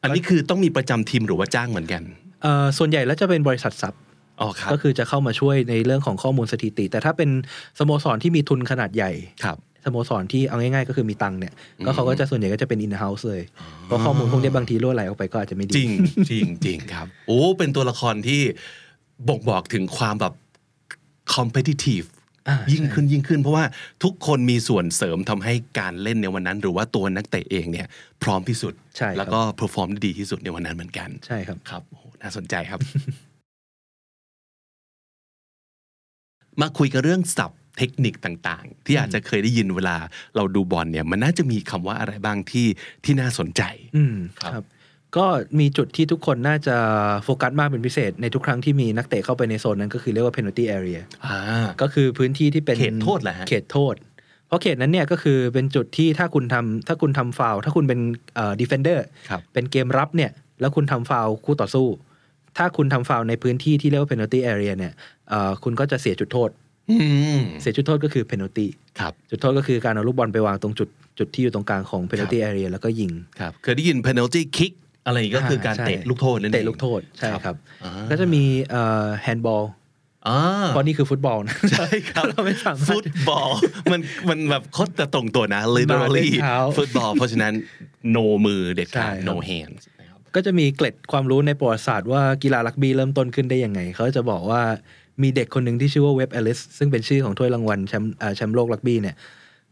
S2: อันนี้คือต้องมีประจำทีมหรือว่าจ้างเหมือนกัน
S3: เอ่อส่วนใหญ่แล้วจะเป็นบริษัทซับ
S2: อ๋อครับ
S3: ก็คือจะเข้ามาช่วยในเรื่องของข้อมูลสถิติ แต่ถ้าเป็นสโมสรที่มีทุนขนาดใหญ่
S2: ครับ
S3: สโมสรที่เอาง่ายๆ ก็คือมีตังค์เนี่ยก็เขาก็จะส่วนใหญ่ก็จะเป็นอินเฮ้าส์เลยเพราะข้อมูลพวกนี้บางทีรั่วไหลออกไปก็อาจจะไม่ดี
S2: จริงจริงจริงครับ โอ้ เป็นตัวละครที่บ่งบอกถึงความแบบ competitive
S3: อ่า
S2: ยิ่งขึ้นยิ่งขึ้น เพราะว่าทุกคนมีส่วนเสริมทำให้การเล่นในวันนั้น หรือว่าตัวนักเตะเองเนี่ย พร้อมที่สุด
S3: ใช่ครับ
S2: แล้วก็เพอร์ฟอร์มดีที่สุดในวันนั้นเหมือนกัน
S3: ใช่ครับ
S2: ครับโอ้น่าสนใจครับ มาคุยกันเรื่องศัพท์เทคนิคต่างๆ ที่อาจจะเคยได้ยินเวลาเราดูบอลเนี่ย มันน่าจะมีคำว่าอะไรบ้างที่ที่น่าสนใจ
S3: อืม
S2: ครับ
S3: ครับ ก็มีจุดที่ทุกคนน่าจะโฟกัสมากเป็นพิเศษ ในทุกครั้งที่มีนักเตะเข้าไปในโซนนั้นก็คือเรียกว่า penalty area
S2: อ่า
S3: ก็คือพื้นที่ที่เป็น
S2: เขตโทษเหรอฮะ
S3: เขตโทษ เพราะเขตนั้นเนี่ยก็คือเป็นจุดที่ถ้าคุณทำถ้าคุณทำฟาวล์ถ้าคุณเป็นเอ่อ defender
S2: ครับ
S3: เป็นเกมรับเนี่ยแล้วคุณทำฟาวล์คู่ต่อสู้ ถ้าคุณทำฟาวล์ในพื้นที่ที่เรียกว่า penalty area เนี่ยเอ่อคุณก็จะเสียจุดโทษ
S2: อืม
S3: เสียจุดโทษก็คือ penalty
S2: ครับ
S3: จุดโทษก็คือการเอาลูกบอลไปวางตรงจุดจุดที่อยู่ตรงกลางของ penalty area แล้วก็ยิง
S2: ครับเคยได้ยิน penalty kick อะไรอย่างงี้ก็คือการ
S3: ใช่
S2: เตะลูกโทษนั่นเอง
S3: เตะลูกโทษใช่ครับ
S2: อ่า
S3: ก็จะมีเอ่อ handball
S2: อ่า
S3: เพราะนี่คือฟุตบอลนะ
S2: ใช่ครับ
S3: เราไม่สามารถ
S2: ฟุตบอล มันมันแบบโคตรจะตรงตัวนะ literally
S3: มาด้วยเท้า
S2: ฟุตบอล เพราะฉะนั้น no มือเด็ดขาด
S3: ใช่ครับ
S2: no hands นะครับ
S3: ก็จะมีเกล็ดความรู้ในประวัติศาสตร์ว่ากีฬารักบี้เริ่มต้นขึ้นได้ยังไง เขาจะบอกว่ามีเด็กคนหนึ่งที่ชื่อว่าเว็บอลิสซึ่งเป็นชื่อของถ้วยรางวัลแชมป์เอ่อแชมป์โลกรักบี้เนี่ย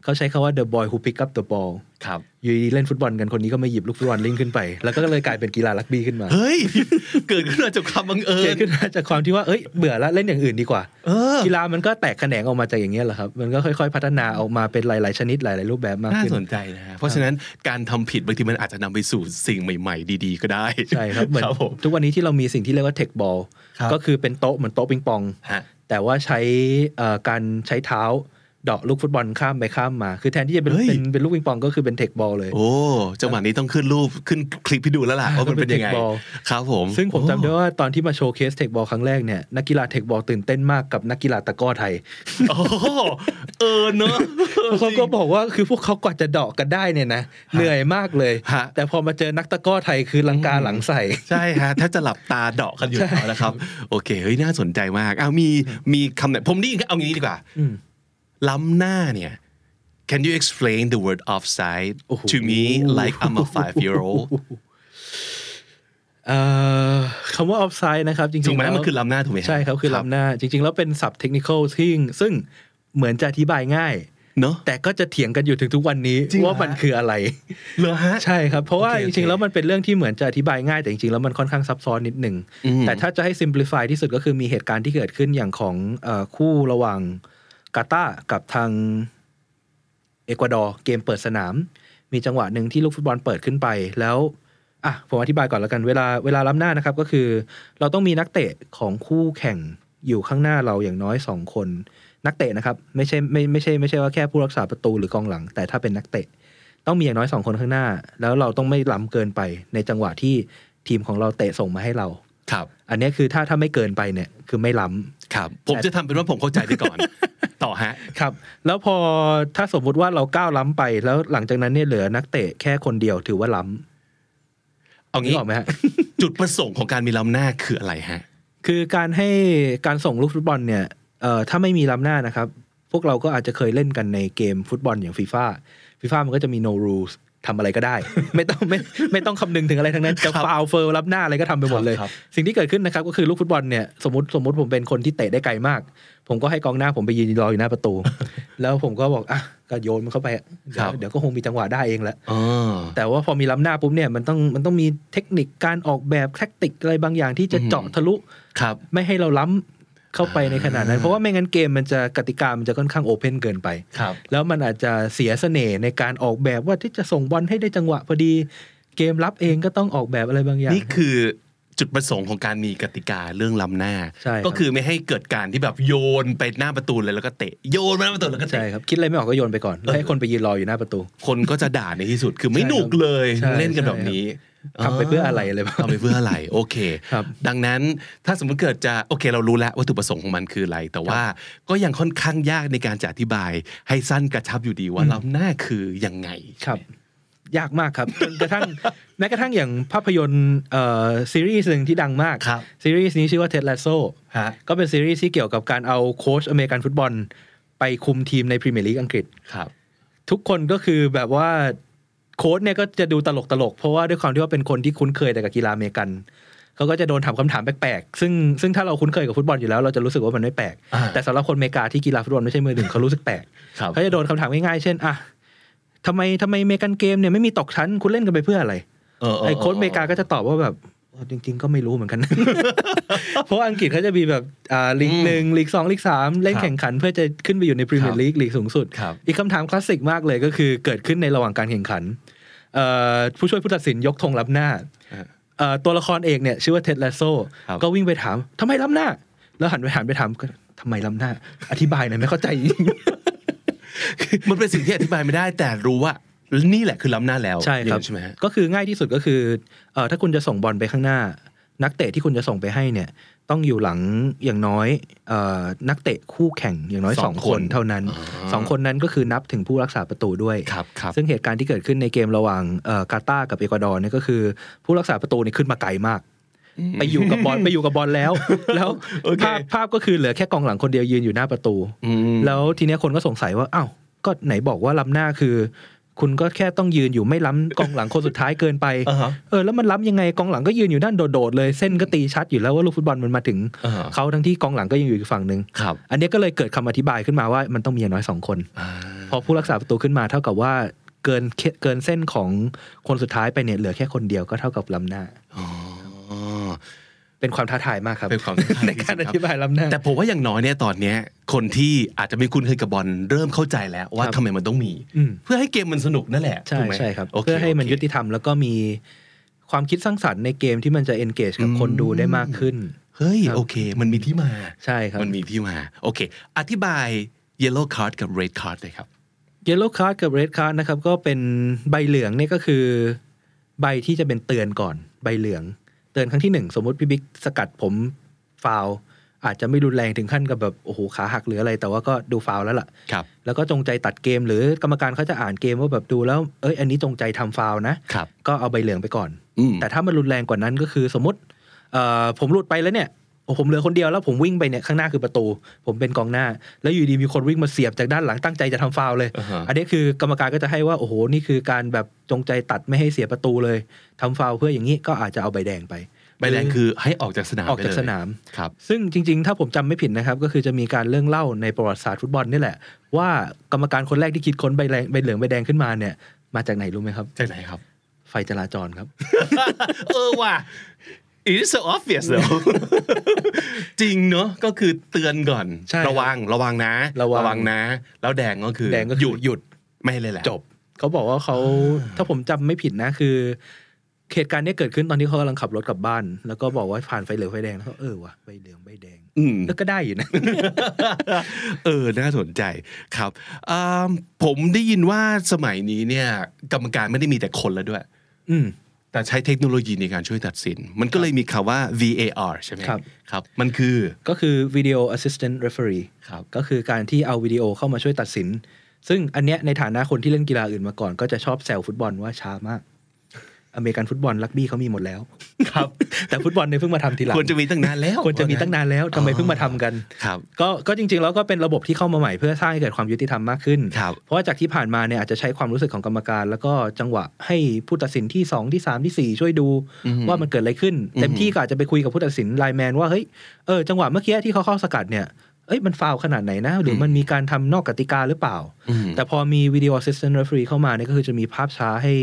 S3: เขาใช้คาว่า the boy who pick up the ball
S2: ครับ
S3: อยู่ดีๆเล่นฟุตบอลกันคนนี้ก็มาหยิบลูกฟุตบอลลิงขึ้นไป แล้วก็เลยกลายเป็นกีฬารักบี้ขึ้นมา
S2: เฮ้ย เกิดขึ้นมาจากความบังเอิ
S3: เกิ
S2: ญ
S3: ดขึ้นมาจากความที่ว่าเอ้ยเบื่อแล้วเล่นอย่างอื่นดีกว่า
S2: เออ
S3: กีฬามันก็แตกแขนงออกมาจากอย่างเงี้ยเหรอครับมันก็ค่อยๆ พัฒนาออกมาเป็นหลาย ๆ ชนิดหลาย ๆ รูปแบบมาก
S2: น่า
S3: ขึ้น
S2: สนใจนะฮะเพราะฉะนั้นการทำผิดบางทีมันอาจจะนำไปสู่สิ่งใหม่ ๆ ดี ๆ ก็ได้
S3: ใช่ครับเหมือน
S2: ผม
S3: ทุกวันนี้ที่เรามีสิ่งที่เรียกว่าเทคบอล
S2: ครับ
S3: ก็คือเป็นโต๊ะเหมือนโต๊ะปิงปอง
S2: ฮะ
S3: แต่ว่าใช้เอ่อการใช้เท้าเดาะลูกฟุตบอลข้ามไปข้ามมา คือแทนที่จะเป็น
S2: เฮ้ย
S3: เป็นเป็นลูกปิงปองก็คือเป็นเทคบอลเลย
S2: โอ้จังหวะนี้ต้องขึ้นรูปขึ้นคลิปให้ดูแล้วล่ะว่ามันเป็นยังไง
S3: เป็นเทคบอล
S2: ครับผม
S3: ซึ่งผมจำได้
S2: โอ้
S3: ว่าตอนที่มาโชว์เคสเทคบอลครั้งแรกเนี่ยนักกีฬาเทคบอลตื่นเต้นมากกับนักกีฬาตะกร้อไท ย
S2: โอ้โหเออเนอะ
S3: เขาก็บอกว่าคือพวกเขากว่าจะเดาะกันได้เนี่ยนะเหนื่อยมากเลย
S2: ฮะ
S3: แต่พอมาเจอนักตะกร้อไทยคือลังกาหลังใส่
S2: ใช่ฮะถ้าจะหลับตาเดาะกันอยู่แล้วนะครับ โอเคเฮ้ยน่าสนใจมากเอามีมีคำไหนผมนี่เอางี้ดีกว่า
S3: อืม
S2: ล้ำหน้าเนี่ย Can you explain the word offside
S3: โอ้โห
S2: to me like I'm a five year old
S3: เอ่อคำว่าออฟไซด์นะครับ จริงๆ
S2: ถูกไหม
S3: แล้ว
S2: มันคือล้ำหน้าถูกไหมฮะ
S3: ใช่ครับคือล้ำหน้า จริง ๆ แล้วเป็นศัพท์เทคนิคอลซึ่งซึ่งเหมือนจะอธิบายง่าย
S2: เนอะ
S3: แต่ก็จะเถียงกันอยู่ถึงทุกวันนี้
S2: จริงเหรอ
S3: ว่ามันคืออะไร
S2: เหรอฮะ
S3: ใช่ครับ เพราะว่า
S2: โอเค
S3: จ
S2: โอเค
S3: ริงๆแล้วมันเป็นเรื่องที่เหมือนจะอธิบายง่ายแต่จริงๆแล้วมันค่อนข้างซับซ้อนนิดหนึ่ง
S2: อืม
S3: แต่ถ้าจะให้ simplify ที่สุดก็คือมีเหตุการณ์ที่เกิดขึ้นอย่างของเอ่อคู่ระหว่างกาตาร์กับทางเอกวาดอร์เกมเปิดสนาม มีจังหวะหนึ่งที่ลูกฟุตบอลเปิดขึ้นไปแล้วอ่ะผมอธิบายก่อนแล้วกันเวลาเวลาล้ำหน้านะครับก็คือ เราต้องมีนักเตะของคู่แข่งอยู่ข้างหน้าเราอย่างน้อยสองคน นักเตะนะครับไม่ใช่ไม่ไม่ใช่ไม่ใช่ว่าแค่ผู้รักษาประตูหรือกองหลัง แต่ถ้าเป็นนักเตะ ต้องมีอย่างน้อยสองคนข้างหน้า แล้วเราต้องไม่ล้ำเกินไปในจังหวะที่ทีมของเราเตะส่งมาให้เรา
S2: ครับ
S3: อันเนี้ยคือถ้าถ้าไม่เกินไปเนี่ยคือไม่ล้ำ
S2: ครับ ผมจะทำเป็นว่าผมเข้าใจไป ก่อน ต่อฮะ
S3: ครับ แล้วพอถ้าสมมุติว่าเราก้าวล้ำไป แล้วหลังจากนั้นเนี่ยเหลือนักเตะแค่คนเดียวถือว่าล้ำ
S2: เอา
S3: นึก
S2: งี้
S3: ออกไหมฮะ
S2: จุดประสงค์ของการมีล้ำหน้าคืออะไรฮะ
S3: คือการให้การส่งลูกฟุตบอลเนี่ยเอ่อถ้าไม่มีล้ำหน้านะครับ พวกเราก็อาจจะเคยเล่นกันในเกมฟุตบอลอย่างฟีฟ่าฟีฟ่ามันก็จะมี no rules ทำอะไรก็ได้ ไม่ต้องไม่ไม่ต้องคำนึงถึงอะไรทั้งนั้น จะ
S2: ครับ
S3: ฟาวเฟิร์ล้ำหน้าอะไรก็ทำไปหมดเลย
S2: ครับ
S3: สิ่งที่เกิดขึ้นนะครับก็คือลูกฟุตบอลเนี่ยสมมติสมมติผมเป็นคนที่เตะได้ไกลมาก ผมก็ให้กองหน้าผมไปยืนรออยู่หน้า ประตู แล้วผมก็บอกอ่ะก็โยนมันเข้าไปอะเดี๋ยว
S2: ครับ
S3: เดี๋ยวก็คงมีจังหวะได้เองแหละ
S2: อ๋อ
S3: แต่ว่าพอมีล้ำหน้าปุ๊บเนี่ยมันต้องมันต้องมีเทคนิคการออกแบบแทคติกอะไรบางอย่างที่จะ
S2: อืม
S3: เจาะทะลุ
S2: ครับ
S3: ไม่ให้เราล้ำเข้าไปในขนาดนั้น
S2: อ่า
S3: เพราะว่าไม่งั้นเกมมันจะกติกามันจะค่อนข้างโอเพนเกินไป
S2: ครับ
S3: แล้วมันอาจจะเสียเสน่ห์ในการออกแบบว่าที่จะส่งบอลให้ได้จังหวะพอดี เกมรับเองก็ต้องออกแบบอะไรบางอย่าง
S2: นี่คือ จุดประสงค์ของการมีกติกาเรื่องล้ำหน้า
S3: ใช่ครับ
S2: ก็คือไม่ให้เกิดการที่แบบโยนไปหน้าประตูเลยแล้วก็เตะโยนไปหน้าประตูแล้วก็
S3: ใช่
S2: เตะ
S3: ครับ คิดอะไรไม่ออกก็โยนไปก่อนแล้วให้คนไปยืนรออยู่หน้าประตู
S2: คนก็จะด่าในที่สุดคือไม่หนุกเลย
S3: ใช่
S2: เล่นกันแบบนี้
S3: ใช่ครับทำไปเพื่ออะไรอะไรประมาณ
S2: ทำไปเพื่ออะไร โอเค
S3: ครับ
S2: ดังนั้นถ้าสมมติเกิดจะโอเคเรารู้แล้ววัตถุประสงค์ของมันคืออะไร แต่ว่าก็ยังค่อนข้างยากในการจะอธิบาย ให้สั้นกระชับอยู่ดีว่า
S3: อืม
S2: ล้ำหน้าคือยังไง
S3: ครับ ยากมากครับจนกระทั่ง แม้กระทั่งอย่างภาพยนตร์เอ่อซีรีส์หนึ่งที่ดังมาก
S2: ครับ
S3: ซีรีส์นี้ชื่อว่าเท็ด a ลโซ
S2: ฮะ
S3: ก็เป็นซีรีส์ที่เกี่ยวกับการเอาโค้ชอเมริกันฟุตบอล ไปคุมทีมในพรีเมียร์ลีกอังกฤษ
S2: ครับ
S3: ทุกคนก็คือแบบว่าโค้ดเนี่ยก็จะดูตลกตลกๆเพราะว่าด้วยความที่ว่าเป็นคนที่คุ้นเคยแต่กับกีฬาอเมริกันเขาก็จะโดนถามคำถามแปลกๆซึ่งซึ่งถ้าเราคุ้นเคยกับฟุตบอลอยู่แล้วเราจะรู้สึกว่ามันไม่แปลก
S2: อ่า
S3: แต่สำหรับคนอเมริกาที่กีฬาฟุตบอลไม่ใช่มือหนึ่งเขารู้สึกแปลก
S2: ครับ
S3: เขาจะโดนคำถามง่ายๆเช่นอ่ะทำไมทำไมอเมริกันเกมเนี่ยไม่มีตกชั้นคุณเล่นกันไปเพื่ออะไร
S2: เเ
S3: ไอ้โค้ดอเมริกาก็จะตอบว่าแบบเออจริง ๆ ก็ไม่รู้เหมือนกัน เพราะว่าอังกฤษเขาจะมีแบบอ่าลีกหนึ่งลีกสองลีกสามเล่น
S2: ครับ
S3: แข่งขัน เพื่อจะขึ้นไปอยู่ในพรี
S2: ค
S3: เมีย
S2: รั
S3: ร์
S2: บ
S3: ลีกลีกสูงสุด
S2: ครับ
S3: อีกคำถามคลาสสิกมากเลยก็คือเกิดขึ้นในระหว่างการแข่งขันเอ่อผู้ช่วยผู้ตัดสินยกธงรับหน้า
S2: เออ
S3: เอ่อตัวละครเอกเนี่ยชื่อว่าเท็ดแลโซ
S2: ครับ
S3: ก็วิ่งไปถามทำไมล้ำหน้า แล้วหันไปหันไปถามก็ทำไมล้ำหน้า อธิบายหน่อยไม่เข้าใจ
S2: มันเป็นสิ่งที่อธิบายไม่ได้ แต่รู้ว่านี่แหละคือล้ำหน้าแล้ว
S3: ใช่ครับ
S2: อย่างนี้ใช่ไหมฮะ
S3: ก็คือง่ายที่สุดก็คือเอ่อถ้าคุณจะส่งบอลไปข้างหน้า นักเตะที่คุณจะส่งไปให้เนี่ยต้องอยู่หลังอย่างน้อยเอ่อนักเตะคู่แข่งอย่างน้อยสองคนเท่านั้นสองคนนั้นก็คือนับถึงผู้รักษาประตูด้วย
S2: ครับครับ
S3: ซึ่งเหตุการณ์ที่เกิดขึ้นในเกมระหว่างเอ่อกาตาร์กับเอกวาดอร์เนี่ยก็คือผู้รักษาประตูนี่ขึ้นมาไกลมาก ไปอยู่กับบอล ไปอยู่กับบอลแล้ว แล้ว
S2: โอเค
S3: ภาพภาพก็คือเหลือแค่กองหลังคนเดียวยืนอยู่หน้าประตู
S2: อืม
S3: แล้วทีเนี้ยคนก็สงสัยว่าอ้าวก็ไหนบอกว่าล้ำหน้าคือ คุณก็แค่ต้องยืนอยู่ไม่ล้ำกองหลังคนสุดท้ายเกินไป
S2: อ่าฮะ
S3: เออแล้วมันล้ำยังไงกองหลังก็ยืนอยู่ด้านโดดๆเลยเส้นก็ตีชัดอยู่แล้วว่าลูกฟุตบอลมันมาถึง
S2: อ่า
S3: เขาทั้งที่กองหลังก็ยังอยู่อีกฝั่งหนึ่ง
S2: ครับ
S3: อันเนี้ยก็เลยเกิดคำอธิบายขึ้นมาว่ามันต้องมีอย่างน้อยสองคน
S2: อ่า
S3: พอผู้รักษาประตูขึ้นมาเท่ากับว่าเกินเคเกินเส้นของคนสุดท้ายไปเนี่ยเหลือแค่คนเดียวก็เท่ากับล้ำหน้า
S2: อ๋อ
S3: เป็นความท้าทายมากครับ
S2: เป็นความท้าทาย
S3: ในการ
S2: ที่สุดค
S3: อ
S2: รับ
S3: ธิบายล้ำหน้า
S2: แต่ผมว่าอย่างน้อยเนี่ยตอนเนี้ยคนที่อาจจะไม่คุ้นเคยกับบอลเริ่มเข้าใจแล้วว่า
S3: ครับ
S2: ทำไมมันต้องมี
S3: อืม
S2: เพื่อให้เกมมันสนุกนั่นแหละ
S3: ใช่
S2: ถูกไหม
S3: ใช่ครับ
S2: โอเค
S3: เพื่อให้มัน
S2: โค
S3: ยุติธรรมแล้วก็มีความคิดสร้างสรรค์ในเกมที่มันจะ engage กับ
S2: อืม
S3: คนดูได้มากขึ้น
S2: เฮ้ย
S3: ครับ
S2: โอเค มันมีที่มา
S3: ใช่ครับ
S2: มันมีที่มา โอเค อธิบาย yellow card กับ red card เลยครับ
S3: yellow card กับ red card นะครับก็เป็นใบเหลืองเนี่ยก็คือ ใบที่จะเป็นเตือนก่อนใบเหลือง เตือนครั้งที่หนึ่งสมมติพี่บิ๊กสกัดผมฟาวอาจจะไม่รุนแรงถึงขั้นกับแบบโอ้โหขาหักหรืออะไร แต่ว่าก็ดูฟาวแล้วล่ะ
S2: ครับ
S3: แล้วก็จงใจตัดเกมหรือกรรมการเขาจะอ่านเกมว่าแบบดูแล้วเอ้ยอันนี้จงใจทำฟาวล์นะครับ ก็เอาใบเหลืองไปก่อน
S2: อืม
S3: แต่ถ้ามันรุนแรงกว่านั้นก็คือสมมติเอ่อผมหลุดไปแล้วเนี่ยโอ้ผมเหลือคนเดียวแล้วผมวิ่งไปเนี่ยข้างหน้าคือประตู ผมเป็นกองหน้า แล้วอยู่ดีมีคนวิ่งมาเสียบจากด้านหลังตั้งใจจะทำฟาวล์เลย
S2: อ่าฮะ
S3: อันนี้คือกรรมการก็จะให้ว่าโอ้โหนี่คือการแบบจงใจตัดไม่ให้เสียประตูเลยทำฟาวล์เพื่ออย่างนี้ก็อาจจะเอาใบแดงไป
S2: ใบแดงคือให้ออกจากสนาม
S3: ออกจา
S2: ไป
S3: ก
S2: เลย
S3: สนาม
S2: ครับ
S3: ซึ่งจริง ๆ ถ้าผมจำไม่ผิดนะครับ ก็คือจะมีการเรื่องเล่าในประวัติศาสตร์ฟุตบอลนี่แหละ ว่ากรรมการคนแรกที่คิดค้นใบแดงใบเหลืองใบแดงขึ้นมาเนี่ย มาจากไหนรู้ไหมครับ
S2: จากไหนครับ
S3: ไฟจราจรครับ
S2: เออว่ะ it is so obvious เนอะ จริงเนอะก็คือเตือนก่อน
S3: ใช่ครับ
S2: ระวังระวังนะ
S3: ระวัง
S2: นะ แล้วแดงก็คือ
S3: แดงก็
S2: หยุด
S3: หยุด
S2: ไม่เลยแหละ
S3: จบ เขาบอกว่าเขาถ้าผมจำไม่ผิดนะคือเหตุการณ์เนี้เกิดขึ้นตอนที่เขากำลังขับรถกลับบ้าน แล้วก็บอกว่าผ่านไฟเหลืองไฟแดงแล้วก็เออว่ะใบเหลืองใบแดง
S2: อืม
S3: แล้วก็ได้อยู่นะ
S2: เออ น่าสนใจครับอ่าผมได้ยินว่าสมัยนี้เนี่ยกรรมการไม่ได้มีแต่คนแล้วด้วย
S3: อืม
S2: แต่ใช้เทคโนโลยีในการช่วยตัดสิน มันก็เลยมีคำว่า VAR ใช่ไหม
S3: ครับ
S2: ครับ มันคือ
S3: ก็คือ video assistant referee
S2: ครับ
S3: ก็คือการที่เอาวิดีโอเข้ามาช่วยตัดสิน ซึ่งอันเนี้ยในฐานะคนที่เล่นกีฬาอื่นมาก่อน ก็จะชอบแซวฟุตบอลว่าช้ามาก อเมริกันฟุตบอลลักบี้เขามีหมดแล้ว
S2: ครับ
S3: แต่ฟุตบอลเนี่ยเพิ่งมาทำทีหลัง
S2: ควรจะมีตั้งนานแล้ว
S3: ควรจะมีตั้งนานแล้วทำไมเพิ่งมาทำกัน
S2: ครับ
S3: ก็ก็จริงๆแล้วก็เป็นระบบที่เข้ามาใหม่เพื่อสร้างให้เกิดความยุติธรรมมากขึ้น
S2: ครับ
S3: เพราะว่าจากที่ผ่านมาเนี่ยอาจจะใช้ความรู้สึกของกรรมการ แล้วก็จังหวะให้ผู้ตัดสินที่ 2 ที่ 3 ที่ 4 ช่วยดู
S2: อืม
S3: ว่ามันเกิดอะไรขึ้น เต็มที่ก็อาจจะไปคุยกับผู้ตัดสินไลน์แมนว่าเฮ้ยเออจังหวะเมื่อกี้ที่เขาเข้าสกัดเนี่ยเอ้ยมันฟาวล์ขนาดไหนนะ หรืออ
S2: ม
S3: มันมีการทำนอกกติกาหรือเปล่า
S2: อืม
S3: แต่พอมีวิดีโอ assistant referee เข้ามาเนี่ยก็คือจะมีภาพช้าให้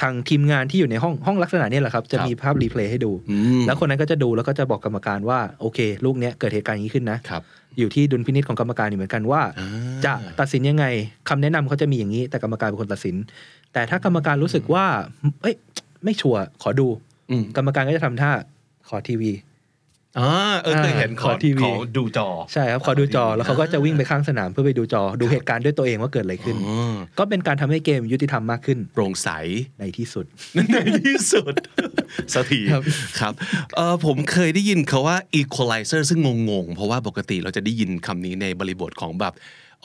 S3: ทางทีมงานที่อยู่ในห้องห้องลักษณะเนี้แหละครับจะ
S2: ครับ
S3: มีภาพรีเพลย์ให้ดู
S2: อืม
S3: แล้วคนนั้นก็จะดูแล้วก็จะบอกกรรมการว่าโอเค ลูกเนี้ยเกิดเหตุการณ์อย่างนี้ขึ้นนะ
S2: ครับ
S3: อยู่ที่ดุลพินิจของกรรมการอยู่เหมือนกันว่า
S2: อ่า
S3: จะตัดสินยังไงคำแนะนำเขาจะมีอย่างนี้ แต่กรรมการเป็นคนตัดสิน แต่ถ้ากรรมการรู้สึกว่า เอ้ย ไม่ชัวร์ขอดู
S2: อืม
S3: กรรมการก็จะทำท่า ขอทีวี
S2: อ่าเออเคยเห็นขอ
S3: ขอทีวี
S2: ขอดูจอ
S3: ใช่ครับขอดูจอ
S2: ขอดูจอ
S3: แล้วเขาก็จะวิ่งไปข้างสนามเพื่อไปดูจอดูเหตุการณ์ด้วยตัวเองว่าเกิดอะไรขึ้น
S2: อ๋อ
S3: ก็เป็นการทำให้เกมยุติธรรมมากขึ้น
S2: โปร่งใส
S3: ในที่สุด
S2: ในที่สุดสักที
S3: ครับ
S2: ครับเออผมเคยได้ยินคาว่า equalizer ซึ่งงงๆ เพราะว่าปกติเราจะได้ยินคำนี้ในบริบทของแบบ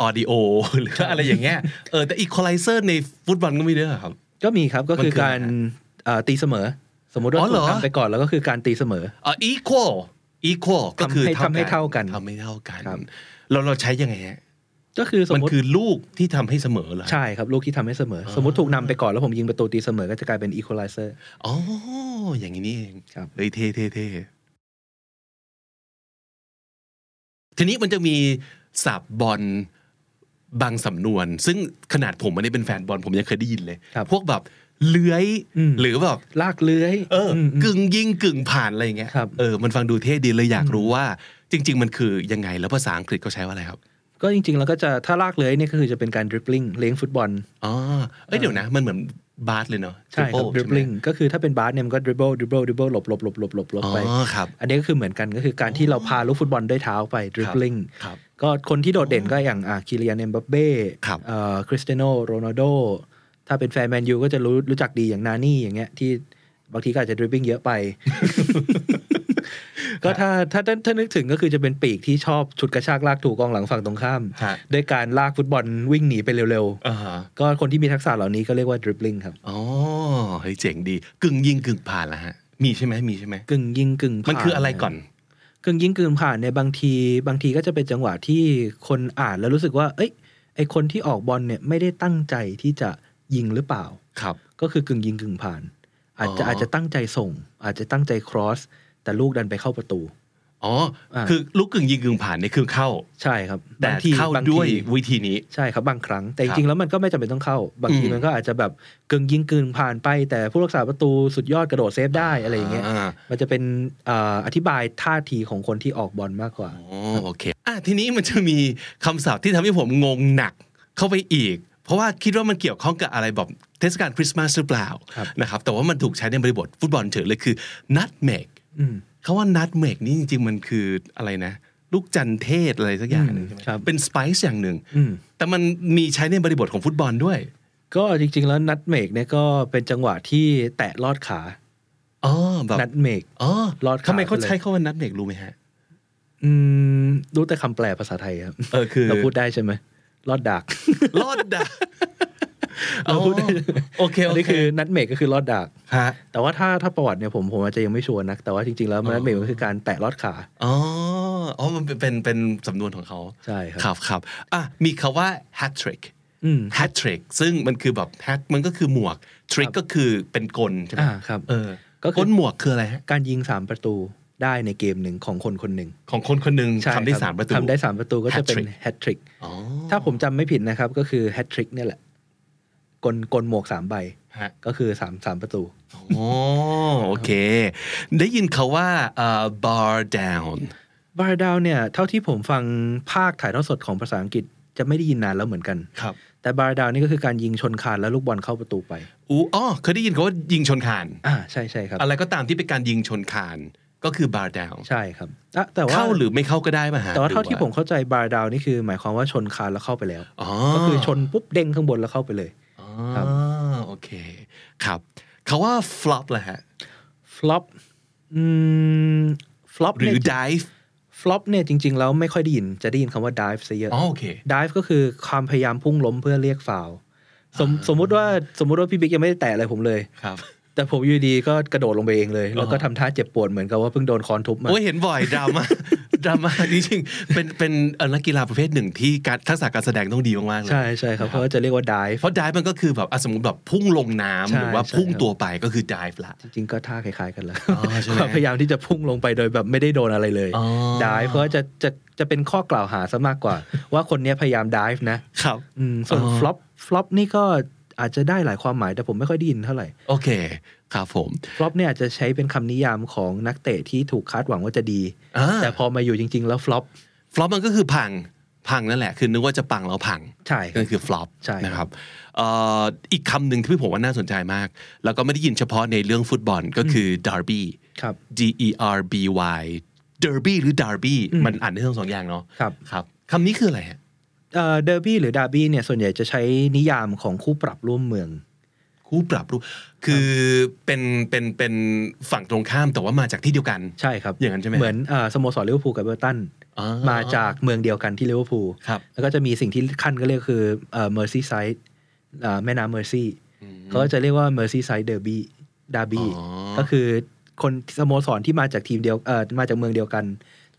S2: audio หรืออะไรอย่างเงี้ยเออแต่ equalizer ในฟุตบอลก็ไม่ได้ครับ
S3: ก็มีครับก็คือการเอ่อตีเสมอ สมมติว่า
S2: อ๋อเหร
S3: ถู
S2: อ
S3: กทำไปก่อนแล้วก็คือการตีเสมอ
S2: เออ equal equal ก็คือ
S3: ทำให้เท่ากัน
S2: ทำให้เท่ากัน
S3: ครับ
S2: เราเราใช้ยังไงฮะ
S3: ก็คือสม
S2: มัน
S3: มติ
S2: คือลูกที่ทำให้เสมอเหรอ
S3: ใช่ครับลูกที่ทำให้เสมอ สมมติถูกนำไปก่อนแล้วผมยิงประตูตีเสมอก็จะกลายเป็นอีควอไลเซอร์
S2: อ๋ออย่างนี้นี่เอง
S3: ครับ
S2: เฮ้ยเท่เท่เท่ทีนี้มันจะมีสับบอลบางสำนวน ซึ่งขนาดผมไม่ได้เป็นแฟนบอลผมยังเคยได้ยินเลย
S3: ครับ
S2: พวกแบบเลื้อย
S3: อืม
S2: หรือแบบ
S3: ลากเลื้อย
S2: เอออ
S3: ม
S2: กึ่งยิงกึ่งผ่านอะไรอย่างเงี้ย
S3: ครับ
S2: เออมันฟังดูเท่ดีเลยอยากรู้ว่า จริง ๆ มันคือยังไงแล้วภาษาอังกฤษเขาใช้ว่าอะไรครับ
S3: ก็จริงๆ แล้วก็จะถ้าลากเลื้อยเนี่ยก็คือจะเป็นการดริปลิงเลี้ยงฟุตบอล
S2: อ๋อ เอ้ยเดี๋ยวนะ มันเหมือนบาสเลยเนาะ
S3: ใช่ครับ
S2: Dribble
S3: ดริปลิง
S2: ใช่ไหม
S3: ก็คือถ้าเป็นบาสเนี่ยมันก็ดริปเบิลดริปเบิลดริปเบิลหลบหลบหลบหลบหลบหลบ
S2: อ๋อ
S3: ไป
S2: ครับ
S3: อันนี้ก็คือเหมือนกันก็คือการที่เราพาลูกฟุตบอลด้วยเท้าไปดริปลิง
S2: ครับ
S3: ก็คนที่โดดเด่นก็อย่างอ่ะคิเลียนเอมบัปเบ้
S2: ครับ
S3: เอ่อคริสเตียโนโรนัลโดถ้าเป็นแฟนแมนยูก็จะรู้รู้จักดีอย่างนานี่อย่างเงี้ยที่บางทีก็อาจจะดริปลิงเยอะไป ก็ถ้าถ้าถ้าถ้านึกถึงก็คือจะเป็นปีกที่ชอบชุดกระชากลากถูกกองหลังฝั่งตรงข้าม
S2: ฮะ
S3: ด้วยการลากฟุตบอลวิ่งหนีไปเร็ว
S2: อ่าฮะ
S3: ๆ ก็คนที่มีทักษะเหล่านี้ก็เรียกว่าดริปลิงครับ
S2: อ๋อเฮ้ยเจ๋งดี กึ่งยิงกึ่งผ่านละฮะ มีใช่ไหมมีใช่ไหม
S3: กึ่งยิงกึ่งผ่าน
S2: มันคืออะไรก่อน
S3: กึ่งยิงกึ่งผ่านในยบางทีบางทีก็จะเป็นจังหวะที่คนอ่านแล้วรู้สึกว่า เอ้ยไอคนที่ออกบอลเนี่ยไม่ได้ตั้งใจที่จะยิงหรือเปล่า
S2: ครับ
S3: ก็คือกึ่งยิงกึ่งผ่าน อาจจะ
S2: อ๋ออ
S3: อาจจะตั้งใจส่ง อาจจะตั้งใจครอส แต่ลูกดันไปเข้าประตู
S2: อ๋อ
S3: อ่า
S2: คือลูกกึ่งยิงกึ่งผ่านนี่คือเข้า
S3: ใช่ครับ
S2: แต่
S3: บางที
S2: เข้า
S3: บาง
S2: ด้วย
S3: ที
S2: วิธีนี้
S3: ใช่ครับบางครั้ง แต่
S2: ค
S3: จ
S2: รับ
S3: ริงๆแล้วมันก็ไม่จำเป็นต้องเข้า บางที
S2: อืม
S3: มันก็อาจจะแบบกึ่งยิงกึ่งผ่านไป แต่ผู้รักษาประตูสุดยอดกระโดดเซฟได้อะไรอย่างเงี้ยมันจะเป็นอ่าอธิบายท่าทีของคนที่ออกบอลมากกว่า
S2: อ๋อโอเคอ่ะทีนี้มันจะมีคำศัพท์ที่ทำให้ผมงงหนักเข้าไปอีก เพราะว่าคิดว่ามันเกี่ยวข้องกับอะไรแบบเทศกาลคริสต์มาสหรือเปล่า
S3: ครับ
S2: นะครับแต่ว่ามันถูกใช้ในบริบทฟุตบอลเฉยเลยคือ nutmeg
S3: อืม
S2: คาว่านัทเมกนี่จริง ๆ มันคืออะไรนะ ลูกจันเทศอะไรสักอย่างหนึง
S3: อืม
S2: ใช่ไหม
S3: ครับ
S2: เป็นสไปซ์อย่างหนึ่ง
S3: อืม
S2: แต่มันมีใช้ในบริบทของฟุตบอลด้วย
S3: ก็จริง ๆ แล้วนัดเมกเนี่ยก็เป็นจังหวะที่แตะลอดขา
S2: อ๋อ แบบ
S3: นัดเมก
S2: อ๋อ
S3: รอดขา
S2: ทำไมเขา
S3: ไปเลย
S2: ใช้คาว่านัทเมกรู้ไหมฮะ
S3: อืมรู้แต่คำแปลภาษาไทยครับ
S2: เออ คือ
S3: เราพูดได้ใช่ไหมลอดดัก
S2: รอดดะ
S3: เราพูดได้
S2: โอเค
S3: อั
S2: โอน
S3: นี้
S2: เค
S3: คือนัดเมกก็คือลอดดัก
S2: ฮะ
S3: แต่ว่าถ้าถ้าประวัติเนี่ยผมผมอาจจะยังไม่ชัวร์นะแต่ว่าจริงๆแล้ว
S2: อ๋อ
S3: นัดเมกก็คือการแตะลอดขา
S2: อ๋อ อ๋อ มันเป็นเป็นเป็นสำนวนของเขา
S3: ใช่ครับ
S2: ครับครับอ่ะมีคาว่า hat trick
S3: อืม
S2: hat trick ซึ่งมันคือแบบ hat มันก็คือหมวก trick ก็คือเป็นกลใช่ไหม
S3: อ่าครับ
S2: เออ
S3: ก็คือ
S2: กลหมวกคืออะไรฮะ
S3: การยิงสามประตูได้ในเกมหนึ่งของคนคนหนึ่ง
S2: ของคนคนหนึ่ง
S3: ใช่คบ
S2: ทำได้สามประตู
S3: ทำได้สามประตูก็จะเป็น
S2: Hat-trick
S3: แฮตทริก
S2: อ๋อ
S3: ถ้าผมจำไม่ผิดนะครับก็คือแฮตทริกเนี่ยแหละกลกลหมวกสามใบ
S2: ฮะ
S3: ก็คือสามสามประตู
S2: โอ้โอเค ได้ยินเขาว่าเอ่อ bar down
S3: บาร์ดาวเนี่ยเท่าที่ผมฟังภาคถ่ายทอดสดของภาษาอังกฤษจะไม่ได้ยินนานแล้วเหมือนกัน
S2: ครับ
S3: แต่บาร์ดาวนี่ก็คือการยิงชนคานแล้วลูกบอลเข้าประตูไป
S2: อูอ๋อเคยได้ยินเขาว่ายิงชนคาน
S3: อ่าใช่ใช่ครับ
S2: อะไรก็ตามที่เป็นการยิงชนคานก็คือ bar down
S3: ใช่ครับอ่ะแต่ว่า
S2: เข้าหรือไม่เข้าก็ได้ป่ะฮะ
S3: แต่ว่าเท่า
S2: หรือ
S3: ที่ผมเข้าใจบาร์ดาวนี่คือ หมายความว่าชนคานแล้วเข้าไปแล้ว
S2: อ๋อ
S3: ก็คือชนปุ๊บเด้งข้างบนแล้วเข้าไปเลย
S2: อ๋อ
S3: ครับ
S2: โอเค ครับเขาว่า flop แหละฮะ
S3: ฟลอปอืมฟลอป
S2: หรือ dive
S3: ฟลอปเนี่ยจริง ๆ แล้วไม่ค่อยได้ยินจะได้ยินคำว่าดิฟซะเยอะ
S2: อ๋อโอเค
S3: ดิฟก็คือความพยายามพุ่งล้มเพื่อเรียกฟาวล์สมสมมติว่าสมมติว่าพี่บิ๊กยังไม่ได้แตะอะไรผมเลย
S2: ครับ
S3: แต่ผมอยู่ดีก็กระโดดลงไปเองเลย แล้วก็
S2: อ่า
S3: ทำ
S2: ฮะ
S3: ท่าเจ็บปวดเหมือนกับว่าเพิ่งโดนคอนทุบมา
S2: โอ้ยเห็นบ่อยดรา ม่า ดราม่าจริงๆเป็นเป็นเอ่อนักกีฬาประเภทหนึ่งที่การทักษะการแสดงต้องดีมากๆเลย
S3: ใช่ใช่ครับเขาก็จะเรียกว่าดิฟ
S2: เพราะ dive มันก็คือแบบอ่ะสมมติแบบพุ่งลงน้ำ
S3: ใช่
S2: หรือว่า
S3: ใช่
S2: พุ่ง
S3: ครับ
S2: ตัวไปก็คือ dive ละ
S3: จริงๆก็ท่าคล้ายๆกันแหล้ว
S2: อ๋อใช่ไหม
S3: ความพยายามที่จะพุ่งลงไปโดยแบบไม่ได้โดนอะไรเลย
S2: อ๋อ
S3: ดิฟเพราะว่าจะจะจะเป็นข้อกล่าวหาซะมากก ว่า ว่าคนเนี้ยพยายามดิฟนะครับ อืมส่วน
S2: อ๋อ
S3: ฟลอปฟลอปนี่ก็อาจจะได้หลายความหมายแต่ผมไม่ค่อยได้ยินเท่าไหร่
S2: โอเค ครับผม
S3: ฟลอปเนี่ยอาจจะใช้เป็นคำนิยามของนักเตะที่ถูกคาดหวังว่าจะดี
S2: อ่า
S3: แต่พอมาอยู่จริง ๆ แล้วฟลอป
S2: ฟลอปมันก็คือพัง พังนั่นแหละ คือนึกว่าจะปังแล้วพัง
S3: ใช่
S2: ก็คือฟลอป
S3: ใช่ครับ
S2: นะครับเอ่ออีกคำหนึ่งที่ผมว่าน่าสนใจมาก แล้วก็ไม่ได้ยินเฉพาะในเรื่องฟุตบอลก็คือดาร์บี้
S3: ครับ
S2: D E R B Y Derby หรือ Derby มันอ่านได้ทั้งสองอย่างเนาะ
S3: ครับ
S2: ครับคำนี้คืออะไรฮะ
S3: เอ่อเดอร์บี้หรือดาร์บี้เนี่ยส่วนใหญ่จะใช้นิยามของคู่ปรับร่วมเมือง
S2: คู่ปรับรูปคือเป็นเป็นเป็นฝั่งตรงข้ามแต่ว่ามาจากที่เดียวกัน
S3: ใช่ครับ
S2: อย่างนั้นใช่ไหม
S3: เหมือนเอ่อสโมสรลิเวอร์พูลกับเบอร์ตัน
S2: อ๋อ
S3: มาจากเมืองเดียวกันที่ลิเวอร์พูล
S2: ครับ
S3: แล้วก็จะมีสิ่งที่ขั้นก็เรียกคือเอ่อเมอร์ซี่ไซด์แม่น้ำเมอร์ซี่
S2: อืม
S3: เขาก็จะเรียกว่าเมอร์ซี่ไซด์เดอร์บี้ดาร์บี้
S2: อ๋อ
S3: ก็คือคนสโมสรที่มาจากทีมเดียวเอ่อมาจากเมืองเดียวกัน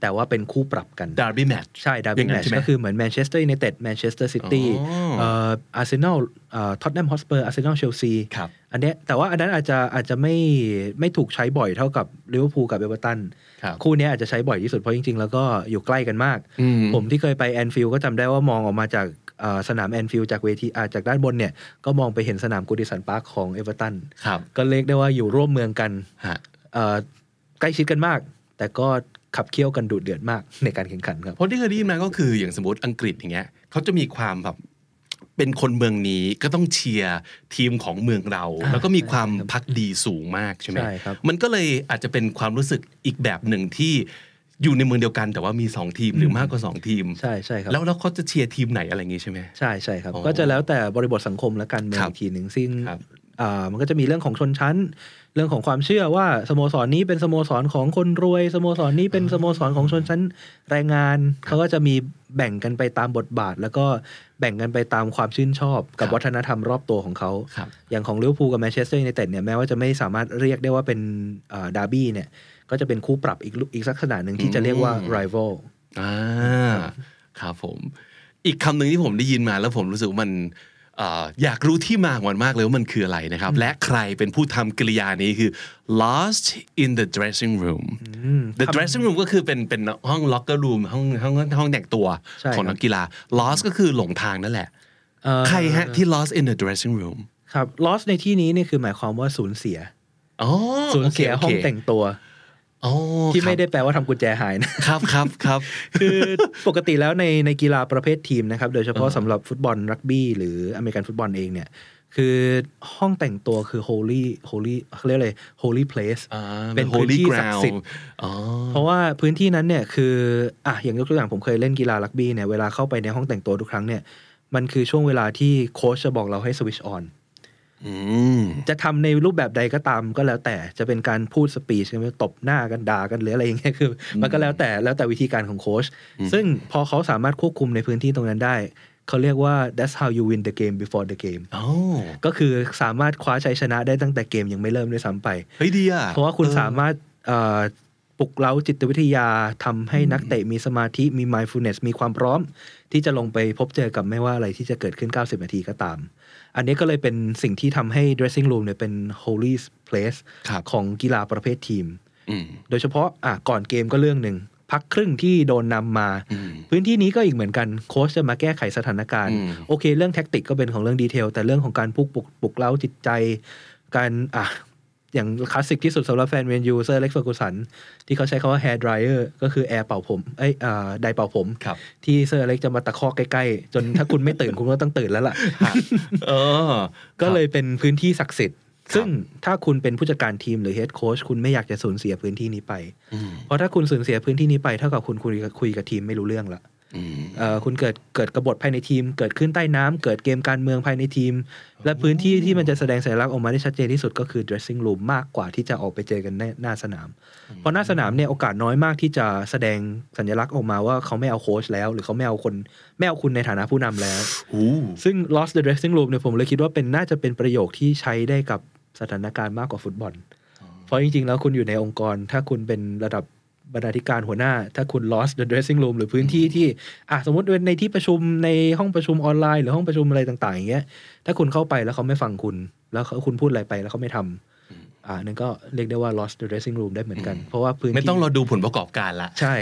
S3: แต่ว่าเป็นคู่ปรับกัน
S2: Derby match
S3: ใช่ดาร์
S2: อ
S3: บี้
S2: ย่างนั้น
S3: แมต
S2: ใช่
S3: ช์
S2: ไหม
S3: ก็คือเหมือนแมนเชสเตอร์ยูไนเต็ดแมนเชสเตอร์ซิตี้
S2: อ๋อ
S3: เอ่ออาร์เซนอลเอ่อท็อตแนมฮอสเปอร์อาร์เซนอลเชลซี
S2: ครับ
S3: อันเนี้ยแต่ว่าอันนั้นอาจจะอาจจะไม่ไม่ถูกใช้บ่อยเท่ากับลิเวอร์พูลกับเอเวอร์ตัน
S2: ครับ
S3: คู่เนี้ยอาจจะใช้บ่อยที่สุดเพราะจริง ๆ แล้วก็อยู่ใกล้กันมาก
S2: อืม
S3: ผมที่เคยไปแอนฟิลด์ก็จำได้ว่ามองออกมาจากเอ่อสนามแอนฟิลด์จากเวทีอ่าจากด้านบนเนี่ยก็มองไปเห็นสนามกูดิสันพาร์คของเอเวอร์ตัน
S2: ครับ
S3: ก็เรียกได้ว่าอยู่ร่วมเมืองกัน
S2: ฮะ
S3: เอ่อใกล้ชิดกันมาก แต่ก็ขับเคี่ยวกันดุเดือดมากในการแข่งขันครับ
S2: เพราะที่เคยได้ยินมาก็คืออย่างสมมติอังกฤษอย่างเงี้ยเขาจะมีความแบบเป็นคนเมืองนี้ก็ต้องเชียร์ทีมของเมืองเรา
S3: อ่า
S2: แล้วก็มีความ
S3: ใช่ครับ
S2: พักดีสูงมากใช่ไหม
S3: ใช่ครับ
S2: มันก็เลยอาจจะเป็นความรู้สึกอีกแบบหนึ่งที่อยู่ในเมืองเดียวกัน แต่ว่ามีสองทีมหรือมากกว่าสองทีม
S3: ใช่ใช่ครับ
S2: แล้วแล้วเขาจะเชียร์ทีมไหนอะไรอย่างงี้ใช่ไหม
S3: ใช่ใช่ครับ
S2: อ๋อ
S3: ก็จะแล้วแต่บริบทสังคมและการเมือง
S2: ครับ
S3: อีกทีหนึ่งซึ่ง
S2: ครับ
S3: อ่ามันก็จะมีเรื่องของชนชั้น เรื่องของความเชื่อว่าสโมสรนี้เป็นสโมสรของคนรวยสโมสรนี้เป็นสโมสรของชนชั้นแรงงานเขาก็จะมีแบ่งกันไปตามบทบาท แล้วก็แบ่งกันไปตามความชื่นชอบ กั
S2: ค
S3: บ
S2: รับ
S3: วัฒนธรรมรอบตัวของเขา
S2: ครับ
S3: อย่างของลิเวอร์พูลกับแมนเชสเตอร์ยูไนเต็ดเนี่ยแม้ว่าจะไม่สามารถเรียกได้ว่าเป็นดาร์บี้เนี่ยก็จะเป็นคู่ปรับอีกลูอีกลักษณะหนึ่งที่จะเรียกว่า
S2: อืม
S3: rival
S2: อ่าครับผม อีกคำหนึ่งที่ผมได้ยินมาแล้วผมรู้สึกว่ามันเอ่ออยากรู้ที่มาของมันมากเลยว่ามันคืออะไรนะครับ และใครเป็นผู้ทำกริยานี้คือ lost in the dressing room
S3: อืม
S2: the dressing room ก็คือเป็นเป็นห้อง locker room ห้องห้องห้องแต่งตัว
S3: ใช่ครับ
S2: ของนักกีฬา lost ก็คือหลงทางนั่นแหละ
S3: เอ่อ
S2: ใครฮะที่ lost in the dressing room
S3: ครับ loss ในที่นี้เนี่ยคือหมายความว่าสูญเสีย
S2: อ๋อ
S3: สูญเสีย
S2: โค
S3: ห้อง
S2: โค
S3: แต่งตัว
S2: อ๋อ
S3: ที่
S2: ค
S3: ไม่
S2: รับ
S3: ได้แปลว่าทำกุญแจหายนะ
S2: ครับครับครับ
S3: คือปกติแล้วในในกีฬาประเภททีมนะครับ โดยเฉพาะสำหรับฟุตบอลรักบี้ หรืออเมริกันฟุตบอลเองเนี่ย คือห้องแต่งตัวคือ holy holy เขาเรียกอะไร holy place
S2: อ่า
S3: เป็นพื้น
S2: holy
S3: ที่
S2: ground
S3: ศักดิ์สิทธิ์
S2: อ๋อ
S3: เพราะว่าพื้นที่นั้นเนี่ยคืออ่ะอย่างยกตัวอย่างผมเคยเล่นกีฬารักบี้เนี่ยเวลาเข้าไปในห้องแต่งตัวทุกครั้งเนี่ยมันคือช่วงเวลาที่โค้ชจะบอกเราให้สวิชออน
S2: อืม
S3: จะทำในรูปแบบใดก็ตามก็แล้วแต่จะเป็นการพูดสปีชใช่ไหมตบหน้ากันด่ากันหรืออะไรอย่างเงี้ยคือมันก็แล้วแต่แล้วแต่วิธีการของโค้ชซึ่งพอเขาสามารถควบคุมในพื้นที่ตรงนั้นได้ เขาเรียกว่า that's how you win the game before the game
S2: อ๋อ
S3: ก็คือสามารถคว้าชัยชนะได้ตั้งแต่เกมยังไม่เริ่มด้วยซ้ำไป
S2: เฮ้ยดีอ่ะ
S3: เพราะว่าคุณ
S2: ออ
S3: สามารถเอ่อปลุกเร้าจิตวิทยาทำให้นักเตะมีสมาธิมี mindfulness มีความพร้อม ที่จะลงไปพบเจอกับไม่ว่าอะไรที่จะเกิดขึ้น 90 นาทีก็ตาม อันนี้ก็เลยเป็นสิ่งที่ทำให้ dressing room เนี่ยเป็น holy place
S2: ครับ
S3: ของกีฬาประเภททีม
S2: อืม
S3: โดยเฉพาะอ่ะก่อนเกมก็เรื่องหนึ่ง พักครึ่งที่โดนนำมา
S2: อืม
S3: พื้นที่นี้ก็อีกเหมือนกันโค้ชจะมาแก้ไขสถานการณ์
S2: อืม
S3: โอเค เรื่องแท็กติกก็เป็นของเรื่องดีเทล แต่เรื่องของการปลุกปลุกปลุกเล้าจิตใจ การอ่ะอย่างคลาสสิกที่สุดสำหรับแฟนแมนยูเซอร์เล็กเฟอร์กูสัน ที่เขาใช้คาว่า hair dryer ก็คือแอร์เป่าผมเอ้ยอ่าไดร์เป่าผม
S2: ครับ
S3: ที่เซอร์เล็กจะมาตะคอกใกล้ๆ จนถ้าคุณไม่ตื่น คุณก็ต้องตื่นแล้วล่ะ
S2: เออ
S3: ก็เลยเป็นพื้นที่ศักดิ์สิทธิ์
S2: ครับ
S3: ซึ่งถ้าคุณเป็นผู้จัดการทีมหรือเฮดโค้ชคุณไม่อยากจะสูญเสียพื้นที่นี้ไป
S2: อืม
S3: เพราะถ้าคุณสูญเสียพื้นที่นี้ไปเท่ากับคุณคุยกับคุยกับทีมไม่รู้เรื่องละ
S2: อืม
S3: เอ่อคุณเกิดเกิดกบฏภายในทีม เกิดขึ้นใต้น้ำเกิดเกมการเมืองภายในทีม และพื้นที่ที่มันจะแสดงสัญลักษณ์ออกมาได้ชัดเจนที่สุดก็คือ dressing room มากกว่าที่จะออกไปเจอกันในหน้าสนาม เพราะหน้าสนามเนี่ยโอกาสน้อยมากที่จะแสดงสัญลักษณ์ออกมาว่าเขาไม่เอาโค้ชแล้ว หรือเขาไม่เอาคนไม่เอาคุณในฐานะผู้นำแล้ว ซึ่ง lost the dressing room เนี่ยผมเลยคิดว่าเป็นน่าจะเป็นประโยคที่ใช้ได้กับสถานการณ์มากกว่าฟุตบอล เพราะจริงๆ แล้วคุณอยู่ในองค์กร ถ้าคุณเป็นระดับบรรณาธิการหัวหน้า ถ้าคุณ lost the dressing room หรือพื้นที่ที่อ่ะสมมติในที่ประชุมในห้องประชุมออนไลน์หรือห้องประชุมอะไรต่างๆอย่างเงี้ยถ้าคุณเข้าไปแล้วเขาไม่ฟังคุณ แล้วเขาคุณพูดอะไรไปแล้วเขาไม่ทำอ่านั่นก็เรียกได้ว่า lost the dressing room ได้เหมือนกัน
S2: อืม
S3: เพราะว่าพื้นที่
S2: ไม่ต้องรอดูผลประกอบการละ
S3: ใช่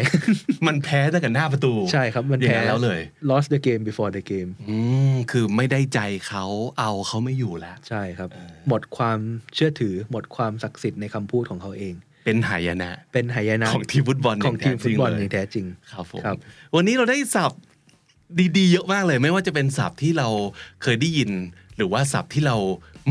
S2: มันแพ้ตั้งแต่หน้าประตู
S3: ใช่ครับมัน
S2: อย่าง
S3: แพ้
S2: นั้นแล้วเลย
S3: lost the game before the game
S2: อืมคือไม่ได้ใจเขาเอาเขาไม่อยู่แล้ว
S3: ใช่ครับ หมดความเชื่อถือ หมดความศักดิ์สิทธิ์ในคำพูดของเขาเอง
S2: เป็นหายนะ
S3: เป็นหายนะ
S2: ของทีมฟุตบอล
S3: ของทีมฟุตบอลอย่
S2: อา
S3: ย่าง ง
S2: แท้จริงเลย
S3: แท้จริง
S2: ครับผม
S3: ครับ
S2: วันนี้เราได้ศัพท์ ดีๆ เยอะมากเลย ไม่ว่าจะเป็นศัพท์ที่เราเคยได้ยิน หรือว่าศัพท์ที่เรา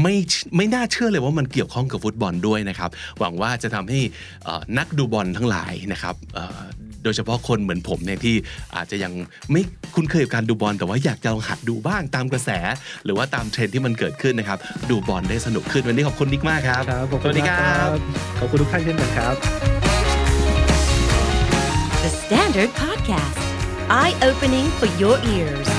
S2: ไม่ไม่น่าเชื่อเลยว่ามันเกี่ยวข้องกับฟุตบอลด้วยนะครับ หวังว่าจะทำให้เอ่อนักดูบอลทั้งหลายนะครับเอ่อโดยเฉพาะคนเหมือนผมเนี่ยที่อาจจะยังไม่คุ้นเคยกับการดูบอลแต่ว่าอยากจะลองหัดดูบ้างตามกระแส หรือว่าตามเทรนด์ที่มันเกิดขึ้นนะครับ ดูบอลได้สนุกขึ้นวันนี้ขอบคุณนิกมากครับ
S3: ครับขอบ
S2: ส
S3: คุณ
S2: วัสดีค
S3: มาก
S2: รับ
S3: ขอบคุณทุกท่านเช่นกันครับ
S1: The Standard Podcast, eye opening for your ears.